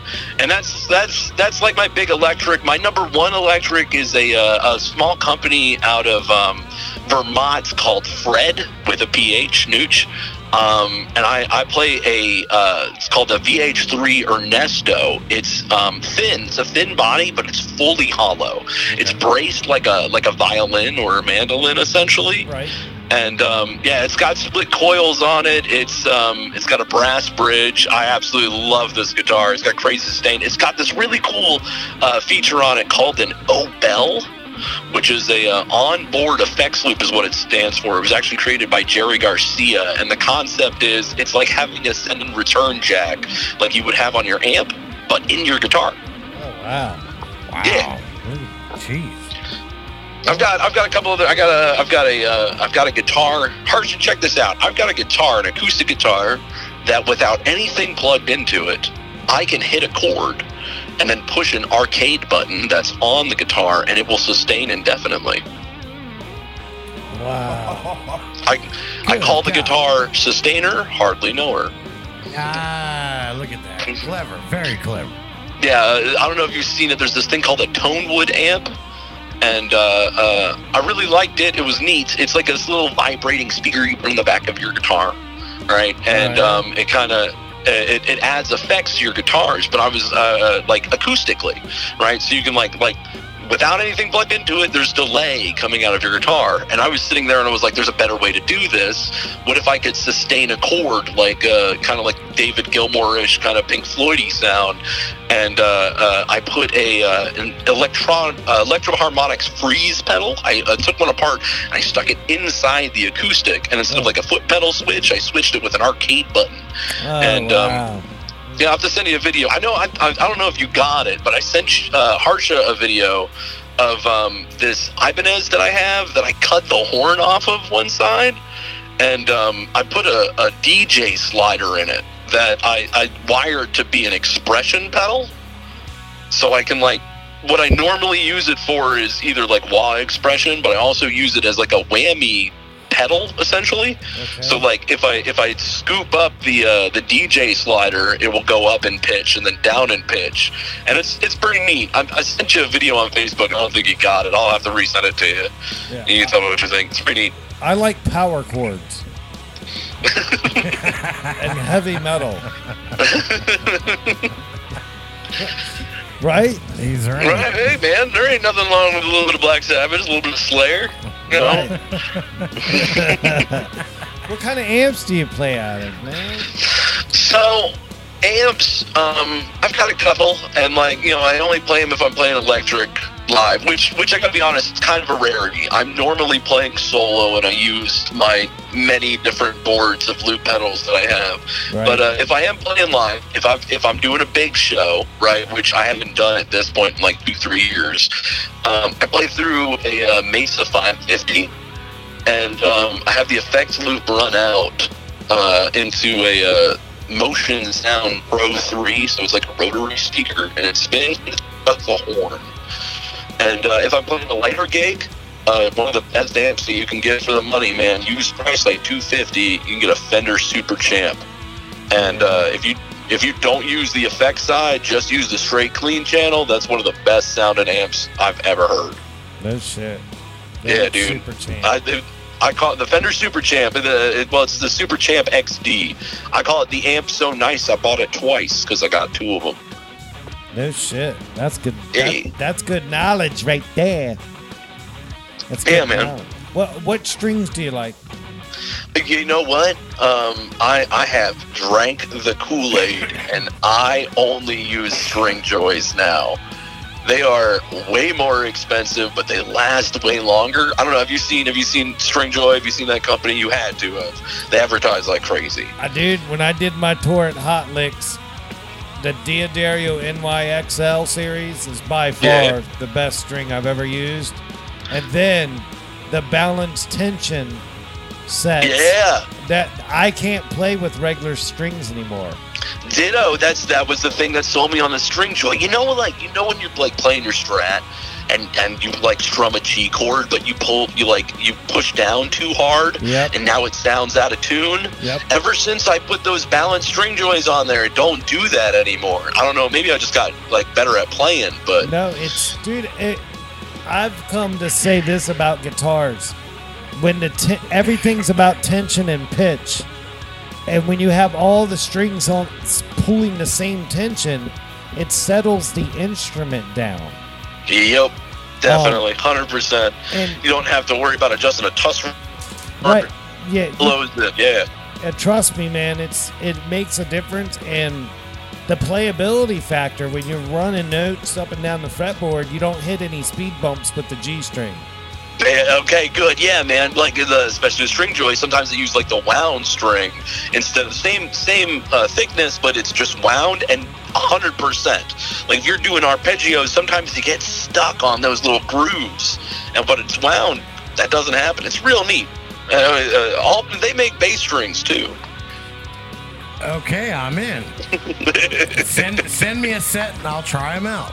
F: And that's that's that's like my big electric. My number one electric is a uh, a small company out of um, Vermont called Fred with a PH Nooch. Um, and I, I play a uh, it's called a VH3 Ernesto. It's um, thin. It's a thin body, but it's fully hollow. It's braced like a like a violin or a mandolin essentially
B: Right.
F: and um, yeah, it's got split coils on it. It's um, it's got a brass bridge. I absolutely love this guitar. It's got crazy sustain. It's got this really cool uh, feature on it called an O-Bell, which is a uh, onboard effects loop, is what it stands for. It was actually created by Jerry Garcia, and the concept is it's like having a send and return jack, like you would have on your amp, but in your guitar.
B: Oh wow.
C: Wow.
F: Yeah.
C: Jeez.
F: I've got I've got a couple other I got a I've got a uh, I've got a guitar. Harsh, check this out. I've got a guitar, an acoustic guitar, that without anything plugged into it, I can hit a chord and then push an arcade button that's on the guitar and it will sustain indefinitely.
B: Wow.
F: I I
C: Good
F: call the
C: God.
F: guitar sustainer, hardly know her.
C: Ah, look at that. Clever. Very clever.
F: Yeah, uh, I don't know if you've seen it. There's this thing called a Tonewood amp, and uh, uh, I really liked it. It was neat. It's like this little vibrating speaker you put in the back of your guitar, right?
B: Right.
F: And um, it kind of it, it adds effects to your guitars, but I was uh, like acoustically, right? So you can like like without anything plugged into it, there's delay coming out of your guitar. And I was sitting there and I was like, there's a better way to do this. What if I could sustain a chord, like uh, kind of like David Gilmour ish, kind of Pink Floyd y sound? And uh, uh, I put a uh, an electron uh, electroharmonics freeze pedal. I uh, took one apart and I stuck it inside the acoustic. And instead of like a foot pedal switch, I switched it with an arcade button.
B: Oh,
F: And, um,
B: wow.
F: Yeah, I have to send you a video. I know. I, I, I don't know if you got it, but I sent uh, Harsha a video of um, this Ibanez that I have that I cut the horn off of one side, and um, I put a, a DJ slider in it that I, I wired to be an expression pedal, so I can like. What I normally use it for is either like wah expression, but I also use it as like a whammy pedal essentially.
B: Okay.
F: So like if I if I scoop up the uh, the DJ slider, it will go up in pitch and then down in pitch, and it's it's pretty neat. I, I sent you a video on Facebook. I don't think you got it. I'll have to resend it to you.
B: Yeah.
F: You can tell me what you think. It's pretty neat.
B: I like power chords and heavy metal. right?
C: These are
F: Right, hey man, there ain't nothing wrong with a little bit of Black Sabbath, a little bit of Slayer. You know?
B: Right. what kind of amps do you play out of, man?
F: So amps, um, I've got a couple, and like you know, I only play them if I'm playing electric live, which which I gotta be honest, it's kind of a rarity. I'm normally playing solo, and I use my many different boards of loop pedals that I have.
B: Right.
F: But uh, if I am playing live, if I'm if I'm doing a big show, right, which I haven't done at this point in like two three years, um, I play through a uh, Mesa 550, and um, I have the effects loop run out uh, into a uh, Motion Sound Pro 3, so it's like a rotary speaker, and it spins up the horn. And uh, if I'm playing a lighter gig, uh, one of the best amps that you can get for the money, man. Use price like 250, you can get a Fender Super Champ. And uh, if you if you don't use the effect side, just use the straight clean channel. That's one of the best sounding amps I've ever heard.
B: No shit.
F: Yeah, dude.
B: Super champ.
F: I, it- I call it the Fender Super Champ. The, it, well, it's the Super Champ XD. I call it the amp so nice I bought it twice because I got two of them.
B: no shit. That's good.
F: Yeah.
B: that- that's good knowledge right there. That's good
F: Yeah, man.
B: knowledge. What what strings do you like?
F: You know what? Um, I I have drank the Kool Aid, and I only use string joys now. They are way more expensive, but they last way longer. I don't know. Have you seen? Have you seen String Joy? Have you seen that company? You had to have. They advertise like crazy.
B: I did when I did my tour at Hot Licks, the Diodario NYXL series is by far
F: Yeah.
B: the best string I've ever used. And then the balance tension sets
F: Yeah,
B: that I can't play with regular strings anymore.
F: Ditto. That's that was the thing that sold me on the String Joy. You know, like you know when you're like playing your Strat, and and you like strum a G chord, but you pull you like you push down too hard,
B: Yep.
F: and now it sounds out of tune.
B: Yep.
F: Ever since I put those balanced string joys on there, it don't do that anymore. I don't know. Maybe I just got like better at playing, but
B: No, it's dude. It, I've come to say this about guitars: when the te- everything's about tension and pitch, and when you have all the strings on s- pulling the same tension, it settles the instrument down.
F: yep, definitely,
B: Oh.
F: hundred percent.
B: And
F: You don't have to worry about adjusting a tuss
B: right, yeah,
F: blows it. Yeah,
B: uh, trust me, man. It's it makes a difference, and the playability factor when you're running notes up and down the fretboard, you don't hit any speed bumps with the G string.
F: Yeah, Eh, okay, good. Yeah, man. Like the especially the string joy, sometimes they use like the wound string instead of the same same uh, thickness, but it's just wound and hundred percent. Like if you're doing arpeggios, sometimes you get stuck on those little grooves, and but it's wound. That doesn't happen. It's real neat. Uh, uh, all they make bass strings too.
C: Okay, I'm in. send send me a set and I'll try them out.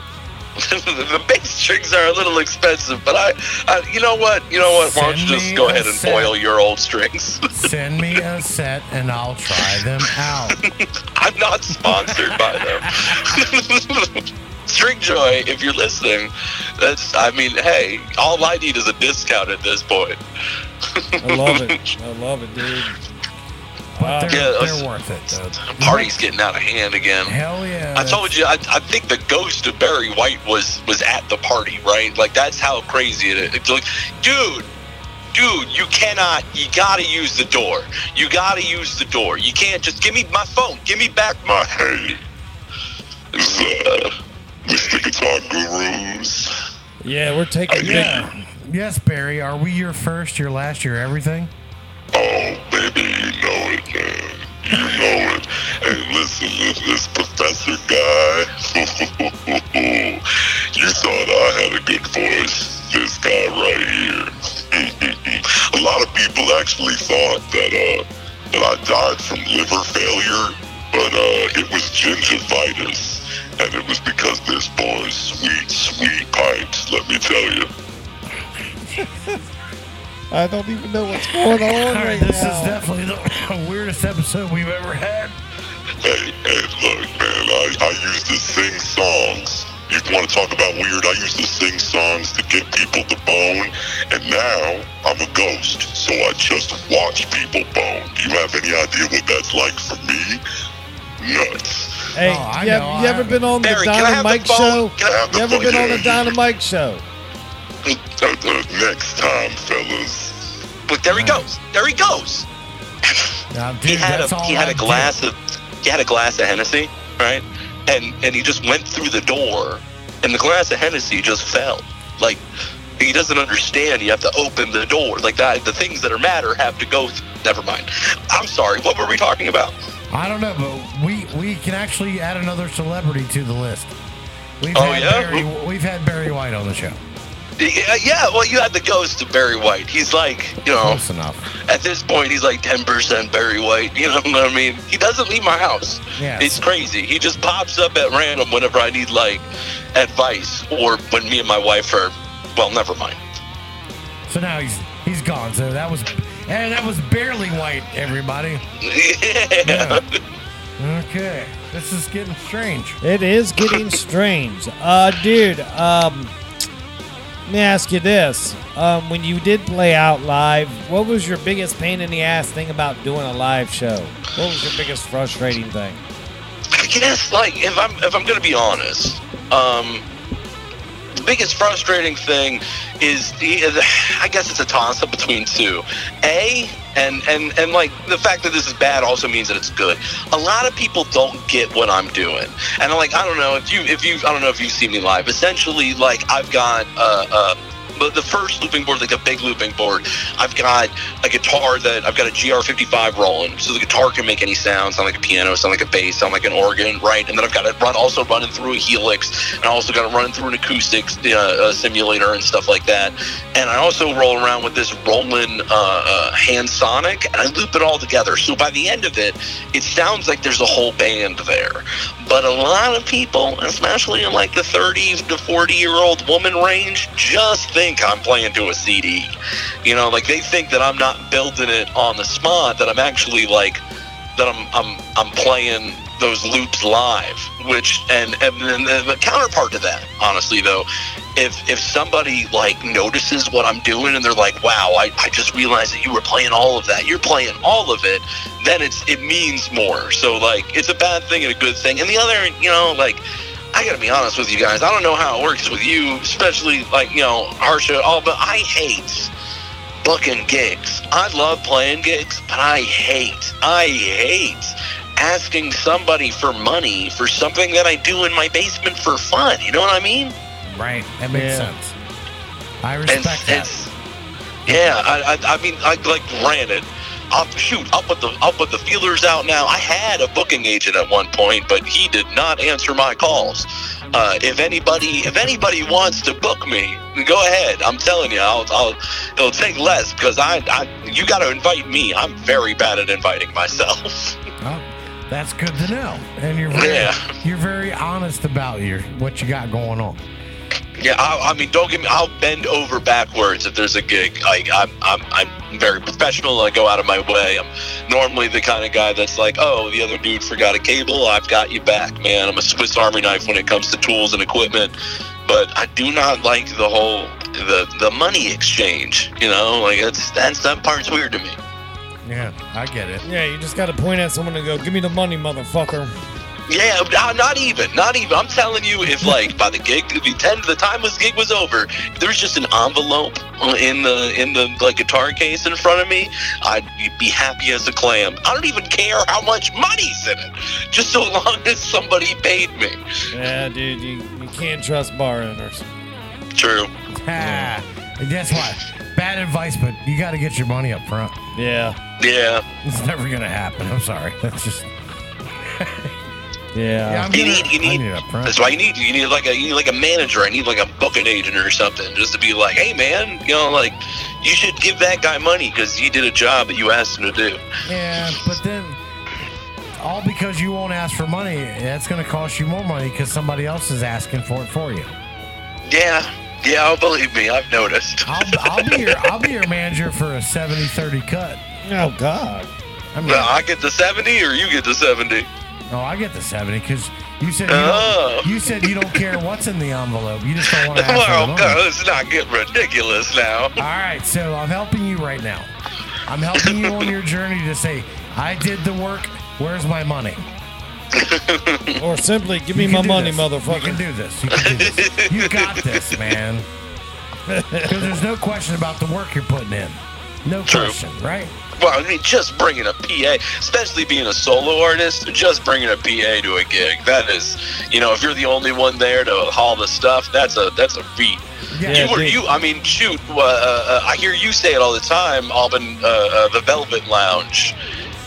F: the bass strings are a little expensive, but I, I you know what, you know what? Why don't you
C: Send
F: just
C: me
F: go
C: a
F: ahead and
C: set.
F: boil your old strings?
C: Send me a set and I'll try them out.
F: I'm not sponsored by them. Stringjoy, if you're listening, that's I mean, hey, all I need is a discount at this point.
B: I love it. I love it, dude.
C: But
F: Yeah,
C: they're,
F: let's-
C: they're worth it. Though.
F: Party's getting out of hand again.
C: Hell yeah.
F: I told you, I, I think the ghost of Barry White was was at the party, right? Like that's how crazy it is. It's like, dude, dude, you cannot, you gotta use the door. You gotta use the door. You can't just give me my phone. Give me back my. Mr. Guitar Gurus.
B: Yeah, we're taking. Yeah.
C: Yes, Barry, are we your first, your last, your everything?
F: Oh, baby, you know it, man. You know it. Hey, listen, this, this professor guy. you thought I had a good voice. This guy right here. a lot of people actually thought that uh that I died from liver failure, but uh it was gingivitis. And it was because this boy's sweet, sweet pint, let me tell you.
B: I don't even know what's going on right
C: this is
B: now.
C: definitely the weirdest episode we've ever had.
F: Hey, hey, look, man, I, I used to sing songs. You want to talk about weird? I used to sing songs to get people to bone, and now I'm a ghost, so I just watch people bone. Do you have any idea what that's like for me? Nuts.
B: hey,
C: Oh, I
B: you,
C: know,
B: have,
C: I-
B: you ever been on the
F: Barry, can I
B: Don
F: have
B: and
F: the
B: Mike
F: phone?
B: show?
F: Can I have the
B: You ever
F: phone?
B: been on the
F: Yeah,
B: Don and Mike show?
F: Uh, uh, next time, fellas. But there he goes. There he goes.
C: Now, dude,
F: he had
C: that's
F: a
C: all
F: he had
C: I
F: a glass of he had a glass of Hennessy, right? And and he just went through the door, and the glass of Hennessy just fell. Like he doesn't understand. You have to open the door. Like that, the things that are matter have to go. Th- Never mind. I'm sorry. What were we talking about?
C: do. I don't know, but we we can actually add another celebrity to the list. We've
F: Oh,
C: had
F: yeah?
C: Barry, we've had Barry White on the show.
F: Yeah, yeah. Well, you had the ghost of Barry White. He's like, you know,
C: Close enough.
F: at this point, he's like 10% Barry White. You know what I mean? He doesn't leave my house.
C: Yeah.
F: It's crazy. He just pops up at random whenever I need like advice or when me and my wife are. Well, never mind.
C: So now he's he's gone. So that was and that was barely white, everybody.
F: Yeah.
C: Okay, this is getting strange.
B: It is getting strange. Uh, dude, um, let me ask you this. Um, when you did play out live, what was your biggest pain in the ass thing about doing a live show? What was your biggest frustrating thing?
F: I guess like if I'm if I'm gonna be honest, um, the biggest frustrating thing is the, I guess it's a toss up between two. A and and and like the fact that this is bad also means that it's good. A lot of people don't get what I'm doing, and I'm like I don't know if you if you I don't know if you see me live. Essentially, like I've got uh, uh, but the first looping board, like a big looping board, I've got a guitar that I've got a GR55 rolling, so the guitar can make any sound, sound like a piano, sound like a bass, sound like an organ, right? And then I've got it run also running through a helix, and I also got it running through an acoustics uh, uh, simulator and stuff like that. And I also roll around with this Roland uh, uh, hand sonic, and I loop it all together. So by the end of it, it sounds like there's a whole band there. But a lot of people, especially in like the 30 to 40 year old woman range, just think I'm playing to a CD. You know, like they think that I'm not building it on the spot, that I'm actually like, that I'm, I'm, I'm playing those loops live, which, and, and, then the the counterpart to that, honestly, though, if, if somebody like notices what I'm doing and they're like, wow, I, I just realized that you were playing all of that, you're playing all of it, then it's it means more. So like it's a bad thing and a good thing. And the other, you know, like I gotta be honest with you guys, I don't know how it works with you, especially like you know Harsha. All but I hate booking gigs. I love playing gigs, but I hate, I hate asking somebody for money for something that I do in my basement for fun. You know what I mean?
C: Right, that makes
B: Yeah.
C: sense. I respect that.
F: it's- yeah, I, I, I mean, I like granted. I'll, shoot, I'll put the I'll put the feelers out now. I had a booking agent at one point, but he did not answer my calls. Uh, if anybody if anybody wants to book me, go ahead. I'm telling you, I'll, I'll it'll take less because I, I you got to invite me. I'm very bad at inviting myself.
C: Oh, that's good to know. And you're very,
F: Yeah.
C: you're very honest about your what you got going on.
F: Yeah, I, I mean, don't get me. I'll bend over backwards if there's a gig. Like I'm, I'm, I'm very professional. I go out of my way. I'm normally the kind of guy that's like, oh, the other dude forgot a cable. I've got you back, man. I'm a Swiss Army knife when it comes to tools and equipment. But I do not like the whole the the money exchange. You know, like that's that's that part's weird to me.
C: Yeah, I get it.
B: Yeah, you just got to point at someone and go, "Give me the money, motherfucker."
F: Yeah, uh, not even, not even. I'm telling you, if like by the gig, the ten, the time this gig was over, there's just an envelope in the in the like guitar case in front of me. I'd be happy as a clam. I don't even care how much money's in it, just so long as somebody paid me.
B: Yeah, dude, you, you can't trust bar owners.
F: True.
C: Ah, and guess what? Bad advice, but you got to get your money up front.
B: Yeah,
F: Yeah.
C: It's never gonna happen. I'm sorry. That's just yeah.
B: yeah,
C: I'm
F: You
C: gonna-
F: need, you
C: I
F: need.
C: it up front.
F: That's why you need, you need like a, you need like a manager. I need like a booking agent or something, just to be like, hey man, you know, like, you should give that guy money because he did a job that you asked him to do.
C: Yeah, but then all because you won't ask for money, that's going to cost you more money because somebody else is asking for it for you.
F: Yeah, yeah, oh, believe me, I've noticed.
C: I'll, I'll be your I'll be your manager for a 70-30 cut.
B: Oh God.
C: I mean,
F: No, I get the 70 or you get the 70.
C: no, I get the 70 because you said you,
F: Oh.
C: don't, you said you don't care what's in the envelope. You just don't want to ask for the
F: Well,
C: money.
F: God, let's not get ridiculous now.
C: All right, so I'm helping you right now. I'm helping you on your journey to say, I did the work. Where's my money?
B: Or simply, give me
C: You
B: my
C: can do
B: money,
C: this. You can
B: motherfucker.
C: do this. You can do this. You got this, man. Because there's no question about the work you're putting in. No
F: True.
C: question, right?
F: Well, I mean, just bringing a PA, especially being a solo artist, just bringing a PA to a gig. That is, you know, if you're the only one there to haul the stuff, that's a that's a feat.
B: Yeah,
F: you were
B: dude.
F: you. I mean, shoot. Uh, uh, I hear you say it all the time. Auburn, uh, uh, the Velvet Lounge,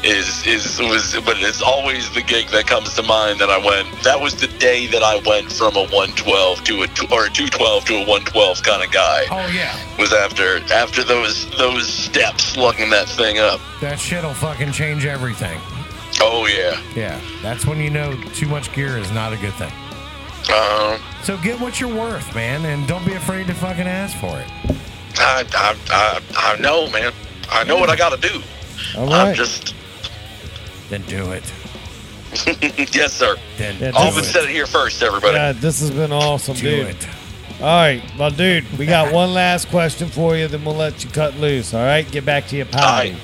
F: is is was, but it's always the gig that comes to mind that I went. That was the day that I went from a 112 to a two, or a 212 to a 112 kind of guy.
C: Oh yeah,
F: Was after after those those steps slugging that thing up.
C: that shit'll fucking change everything.
F: Oh yeah.
C: Yeah, that's when you know too much gear is not a good thing.
F: Um,
C: So get what you're worth, man, and don't be afraid to fucking ask for it.
F: I, I I I know, man. I know what I got to do.
B: All
F: I'm
B: right.
F: just
C: Then do it.
F: yes, sir.
C: Then
B: Yeah,
C: do
F: Alvin
C: it.
F: said it here first, everybody.
B: God, this has been awesome,
C: do
B: dude.
C: it.
B: All right, well, dude, we got one last question for you, then we'll let you cut loose. All right, get back to your potty.
F: You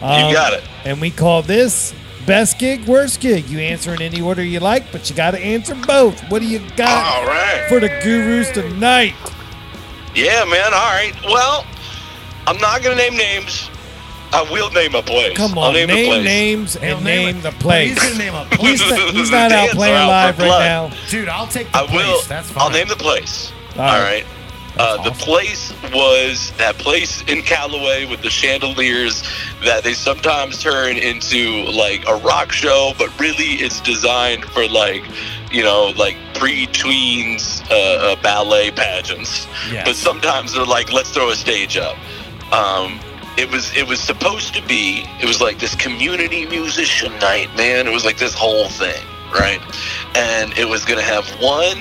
F: got it.
B: And we call this best gig, worst gig. You answer in any order you like, but you got to answer both. What do you got
F: All right.
B: for the gurus tonight?
F: Yeah, man. All right. Well, I'm not gonna name names. I will name a place.
B: Come
F: I'll
B: on,
F: name,
B: name,
F: a place.
B: names
C: He'll
B: and name,
C: it.
B: the
C: He's gonna
B: place.
C: name a
B: He's,
C: place.
B: not- he's not out
F: Dance
B: playing
F: around
B: live
F: for
B: right
F: blood.
B: now.
C: Dude, I'll take the
F: I will.
C: place. That's fine.
F: I'll name the place.
B: All
F: All
B: right.
F: right. Uh,
C: That's
F: the
C: awesome.
F: place was that place in Callaway with the chandeliers that they sometimes turn into like a rock show, but really it's designed for like, you know, like pre-tweens uh, uh, ballet pageants.
C: Yes.
F: But sometimes they're like, let's throw a stage up. Um, it was it was supposed to be it was like this community musician night, man. It was like this whole thing, right? And it was gonna have one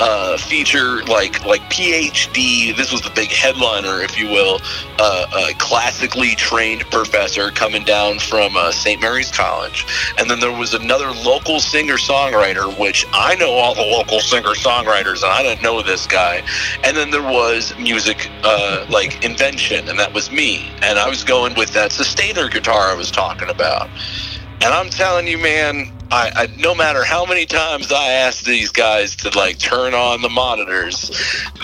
F: uh, feature like like PhD. This was the big headliner, if you will, uh, a classically trained professor coming down from uh, St. Mary's College, and then there was another local singer songwriter, which I know all the local singer songwriters, and I didn't know this guy. And then there was music uh, like invention, and that was me, and I was going with that sustainer guitar I was talking about. And I'm telling you, man, I, I no matter how many times I asked these guys to like turn on the monitors,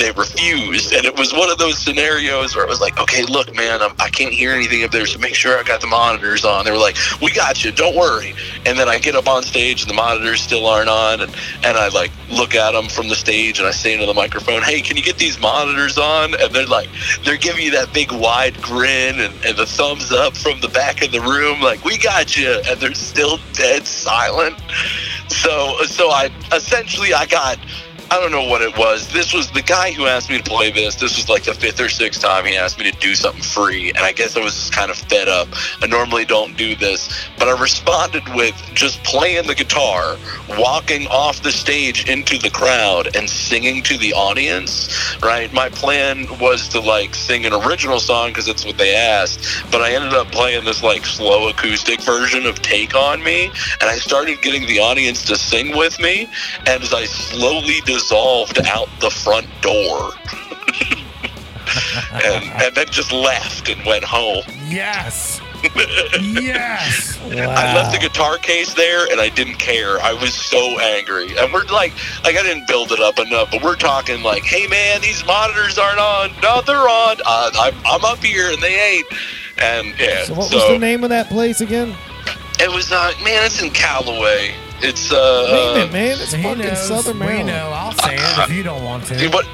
F: they refused. And it was one of those scenarios where I was like, okay, look, man, I'm, I can't hear anything up there, so make sure I got the monitors on. They were like, we got you, don't worry. And then I get up on stage and the monitors still aren't on, and and I like look at them from the stage and I say into the microphone, hey, can you get these monitors on? And they're like, they're giving you that big wide grin and, and the thumbs up from the back of the room, like, we got you. And they're still dead silent. So, so I essentially, I got, I don't know what it was. This was the guy who asked me to play this. This was like the fifth or sixth time he asked me to do something free, and I guess I was just kind of fed up. I normally don't do this, but I responded with just playing the guitar, walking off the stage into the crowd, and singing to the audience. Right? My plan was to like sing an original song because it's what they asked, but I ended up playing this like slow acoustic version of "Take on Me," and I started getting the audience to sing with me, and as I slowly dissolved out the front door. and, and then just left and went home.
C: Yes. yes.
F: I left the guitar case there and I didn't care. I was so angry. And we're like, like I didn't build it up enough, but we're talking like, hey man, these monitors aren't on. No, they're on. Uh, I'm, I'm up here and they ain't. And yeah,
B: So what was the name of that place again?
F: it was uh, man, it's in Callaway. It's uh,
B: Name it, man. It's
C: He
B: fucking
C: knows.
B: Southern
C: we
B: Maryland.
C: know. I'll say it if you don't want to.
F: uh, what?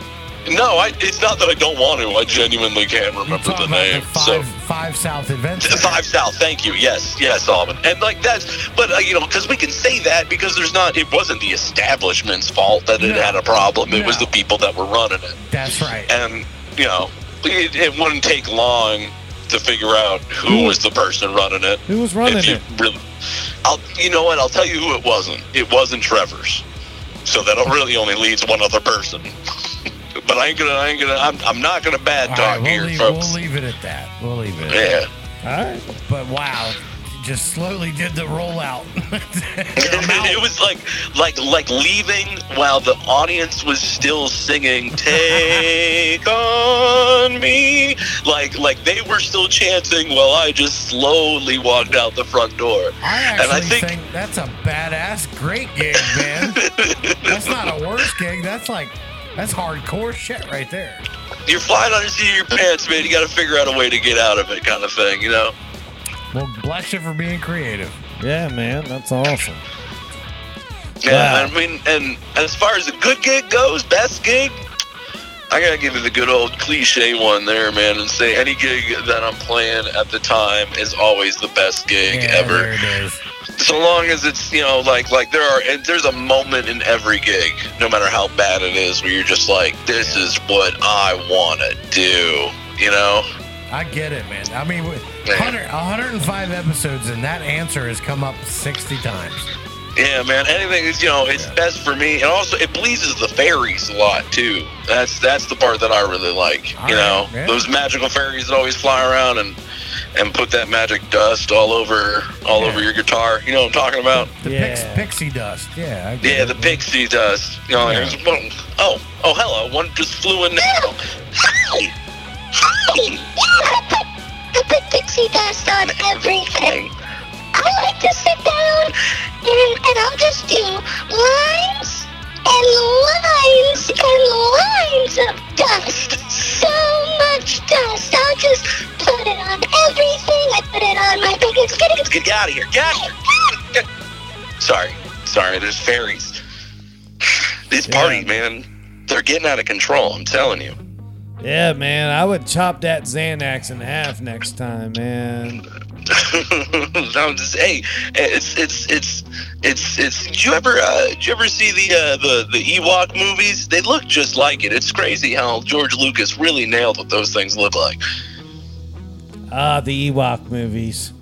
F: No, I, it's not that I don't want to. I genuinely can't
C: You're
F: remember
C: talking
F: the
C: about
F: name.
C: the five,
F: so
C: five South Adventure.
F: Five South, thank you. Yes, yes, Alvin. And like that's, but uh, you know, because we can say that because there's not, it wasn't the establishment's fault that it
C: No.
F: had a problem. It was
C: No.
F: the people that were running it,
C: That's right.
F: and you know, it, it wouldn't take long to figure out
C: Hmm.
F: who was the person running it.
B: Who was running
F: If you
B: it?
F: really, I'll, you know what? I'll tell you who it wasn't. It wasn't Trevor's. So that really only leads one other person. but I ain't gonna, I ain't gonna, I'm, I'm not gonna bad
C: All
F: talk
C: right, we'll
F: here,
C: leave,
F: folks.
C: we'll leave it at that. We'll leave it. At
F: yeah.
B: All right.
C: that. But wow, just slowly did the rollout.
F: it was like like like leaving while the audience was still singing take on me like like they were still chanting while i just slowly walked out the front door
C: I
F: And
C: actually
F: I
C: think,
F: think-
C: that's a badass, great gig, man. that's not a worse gig. That's like that's hardcore shit right there.
F: you're flying on the seat of your pants man you gotta figure out a way to get out of it kind of thing you know
C: Well, bless you for being creative.
B: Yeah, man. That's awesome.
F: yeah
B: Wow.
F: i mean and as far as a good gig goes best gig I gotta give you the good old cliche one there, man, and say any gig that I'm playing at the time is always the best gig
C: Yeah,
F: ever.
C: there it is.
F: so long as it's you know like like there are and there's a moment in every gig no matter how bad it is where you're just like this is what i want to do you know
C: I get it, man. I mean, with
F: Yeah.
C: 100, 105 episodes, and that answer has come up 60 times.
F: yeah man anything is you know it's best for me and also it pleases the fairies a lot too that's that's the part that i really like
C: All
F: you know
C: right, yeah.
F: those magical fairies that always fly around and and put that magic dust all over all
C: Yeah.
F: over your guitar you know what i'm talking about
C: The
B: Yeah.
C: pix, pixie dust. Yeah. I get
F: Yeah,
C: it.
F: the pixie dust. You know,
C: Yeah.
F: there's one- oh, oh, hello. One just flew in now. Hi. Hi.
I: Yeah, I put, I put pixie dust on everything. I like to sit down and, and I'll just do lines and lines and lines of dust. So much dust. I'll just put it on everything. I put it on my biggest
F: Let's get out of here. Get out of here. Get- Sorry. Sorry, there's fairies. These parties, man, they're getting out of control, I'm telling you.
B: Yeah, man. I would chop that Xanax in half next time, man.
F: I'm just hey, it's it's it's it's it's. Did you ever uh, did you ever see the uh, the the Ewok movies? They look just like it. It's crazy how George Lucas really nailed what those things look like.
B: Ah, the Ewok movies.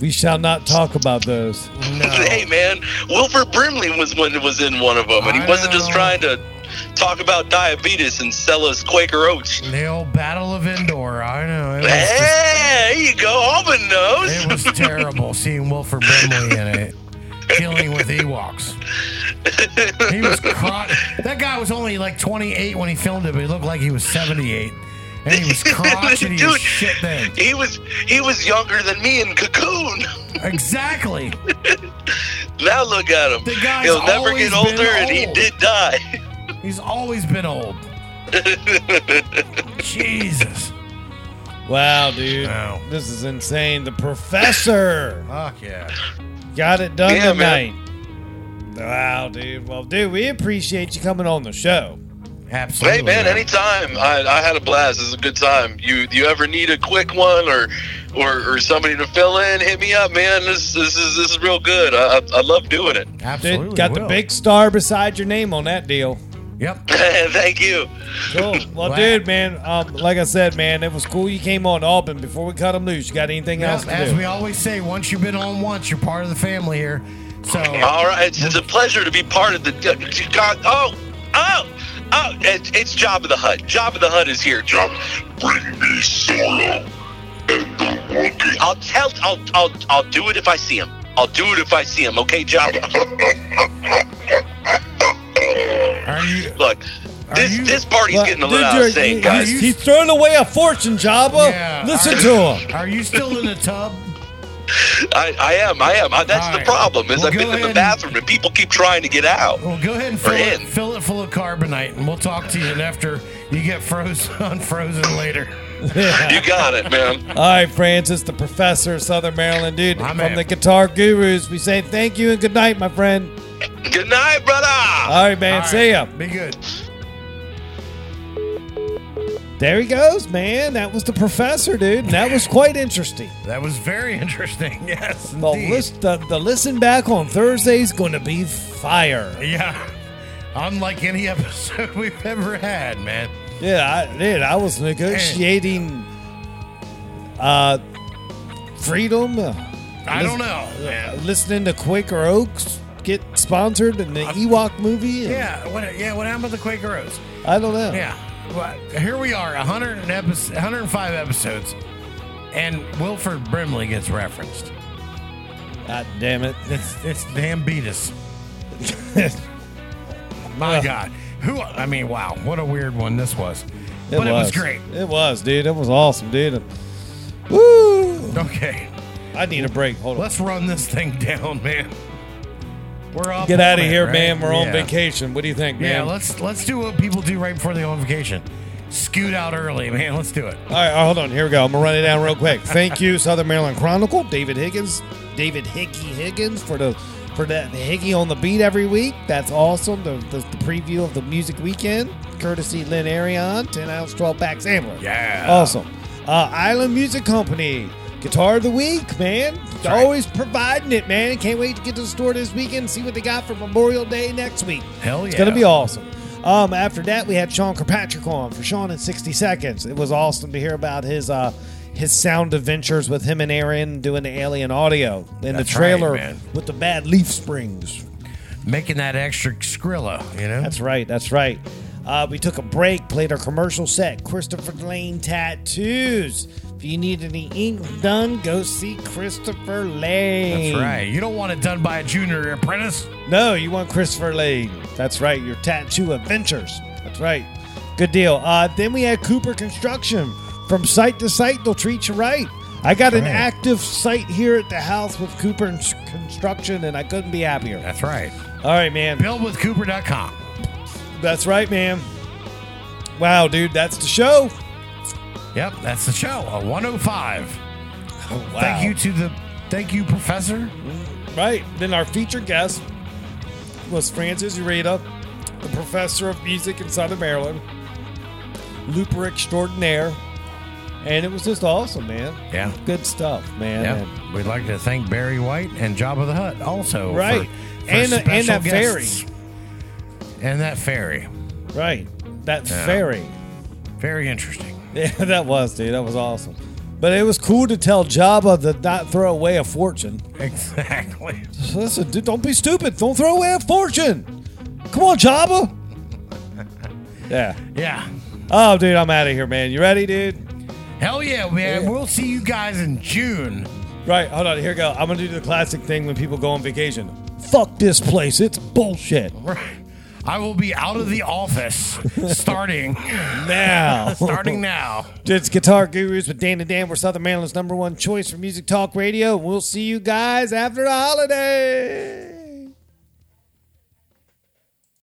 B: we shall not talk about those.
C: Oh.
F: Hey man, Wilford Brimley was when was in one of them, and he
C: I
F: wasn't just
C: know.
F: trying to talk about diabetes and sell us Quaker oats.
C: The old Battle of Endor. I know. It was, just-
F: Hey, there you go, Alvin
C: it
F: knows.
C: was terrible seeing Wilford Brimley in it, dealing with Ewoks. He was cry- That guy was only like 28 when he filmed it, but he looked like he was 78. And he was crotchety as
F: Dude.
C: shit then.
F: He was he was younger than me in Cocoon.
C: Exactly.
F: Now look at him.
C: The guy's
F: He'll never
C: always
F: get older,
C: been
F: and he
C: old.
F: did die.
C: He's always been old. Jesus.
B: Wow, dude.
C: Wow.
B: This is insane. The professor.
C: Fuck yeah.
B: Got it done
F: Yeah,
B: tonight.
F: man.
B: Wow, dude. Well, dude, we appreciate you coming on the show.
C: Absolutely.
F: hey man, anytime. I, I had a blast. This is a good time. You you ever need a quick one or or, or somebody to fill in? Hit me up, man. This this is this is real good. I, I, I love doing it.
B: Dude,
C: Absolutely.
B: got the
C: will.
B: big star beside your name on that deal.
C: Yep.
F: Thank you.
B: Cool. Well,
C: Wow.
B: dude, man, um, like I said, man, it was cool you came on Auburn. Before we cut them loose, you got anything else
C: Yep,
B: to
C: As
B: do?
C: we always say, once you've been on once, you're part of the family here. So
F: All right, it's, it's a pleasure to be part of the God. Oh, oh, oh! It's, it's Job of the Hut. Job of the Hut is here. Job, bring me sorrow and the wicked. I'll tell. I'll, I'll I'll do it if I see him. I'll do it if I see him. Okay, Job.
C: are you?
F: Look, this
C: you-
F: this party's
B: Well,
F: getting a
B: dude,
F: little out
B: you're-
F: of sync,
B: he-
F: guys.
B: He's, he's throwing away a fortune, Jabba.
C: Yeah.
B: Listen
C: Are-
B: to him.
C: Are you still in the tub?
F: I, I am. I am. I, that's
C: All
F: the
C: right.
F: problem. Is
C: Well,
F: I've
C: go
F: been in
C: ahead
F: the
C: and-
F: bathroom and people keep trying to get out.
C: Well, go ahead and fill
F: We're
C: it,
F: in.
C: fill it full of carbonite, and we'll talk to you after you get frozen unfrozen later.
F: You got it,
B: All
F: man.
B: right, Francis, the professor of Southern Maryland, dude,
C: My
B: from
C: man.
B: the Guitar Gurus. We say thank you and good night, my friend.
F: Good night, brother.
B: All right, man.
C: All right,
B: See ya.
C: Be good.
B: There he goes, man. That was the professor, dude. And that was quite interesting.
C: That was very interesting. Yes.
B: The,
C: indeed.
B: list, the, the listen back on Thursday is going to be fire.
C: Yeah. Unlike any episode we've ever had, man.
B: Yeah, I, dude, I was negotiating uh, freedom. uh,
C: I don't know. Yeah.
B: Listening to Quaker Oaks get sponsored and the Ewok movie. and-
C: Yeah. What, yeah. What happened with the Quaker Rose?
B: I don't know.
C: Yeah. Well, here we are, 100 and epi- 105 episodes, and Wilford Brimley gets referenced.
B: God damn it.
C: It's it's damn beat us. My God. Who? I mean, wow. What a weird one this was.
B: It
C: but it was great.
B: It was, dude. It was awesome, dude. Woo!
C: Okay.
B: I need a break. Hold on.
C: Let's run this thing down, man. We're off.
B: Get out of
C: on it,
B: here,
C: right?
B: man. We're on
C: Yeah.
B: vacation. What do you think,
C: Yeah,
B: man?
C: let's let's do what people do right before they go on vacation. Scoot out early, man. Let's do it.
B: All right, all right, hold on. Here we go. I'm gonna run it down real quick. Thank you, Southern Maryland Chronicle, David Higgins, David Hickey Higgins for the for that Hickey on the beat every week. That's awesome. The, the, the preview of the music weekend, courtesy Lynn Arion, ten ounce twelve pack sampler.
C: Yeah.
B: awesome. Uh, Island Music Company, guitar of the week, man.
C: right.
B: Always providing it, man. Can't wait to get to the store this weekend and see what they got for Memorial Day next week.
C: Hell yeah.
B: It's gonna be awesome. Um, after that, we had Sean Kirkpatrick on for Sean in 60 seconds. It was awesome to hear about his uh, his sound adventures with him and Aaron doing the alien audio in the
C: That's
B: trailer
C: right, man.
B: with the bad leaf springs.
C: Making that extra Skrilla, you know?
B: That's right. That's right. Uh, we took a break, played our commercial set, Christopher Lane Tattoos. If you need any ink done, go see Christopher Lane.
C: That's right. You don't want it done by a junior apprentice.
B: No, you want Christopher Lane. That's right, your tattoo adventures. That's right. Good deal. Uh, then we had Cooper Construction. From site to site, they'll treat you right. I got an
C: Right.
B: active site here at the house with Cooper Ins- Construction, and I couldn't be happier.
C: That's right.
B: All right, man.
C: Buildwithcooper.com.
B: That's right, man. Wow, dude, that's the show.
C: Yep, that's the show. A 105.
B: Oh, wow.
C: Thank you to the thank you, Professor.
B: Right. Then our featured guest was Francis Ureta, the professor of music in Southern Maryland, looper extraordinaire. And it was just awesome, man.
C: Yeah.
B: Good stuff, man.
C: Yep. We'd like to thank Barry White and Job of the Hut also. for-
B: Right.
C: for
B: And- and
C: special
B: that
C: guests. And that fairy.
B: And- right. That
C: Yeah.
B: fairy.
C: Very interesting.
B: Yeah, that was, dude. That was awesome. But it was cool to tell Jabba to not throw away a fortune.
C: Exactly.
B: Listen, dude, don't be stupid. Don't throw away a fortune. Come on, Jabba. yeah.
C: Yeah.
B: Oh, dude, I'm out of here, man. You ready, dude?
C: Hell yeah, man.
B: Yeah.
C: We'll see you guys in June.
B: Right, hold on. Here we go. I'm gonna do the classic thing when people go on vacation. Fuck this place. It's bullshit.
C: I will be out of the office starting
B: Now,
C: starting now.
B: it's Guitar Gurus with Dan and Dan. We're Southern Maryland's number one choice for music talk radio. We'll see you guys after the holiday.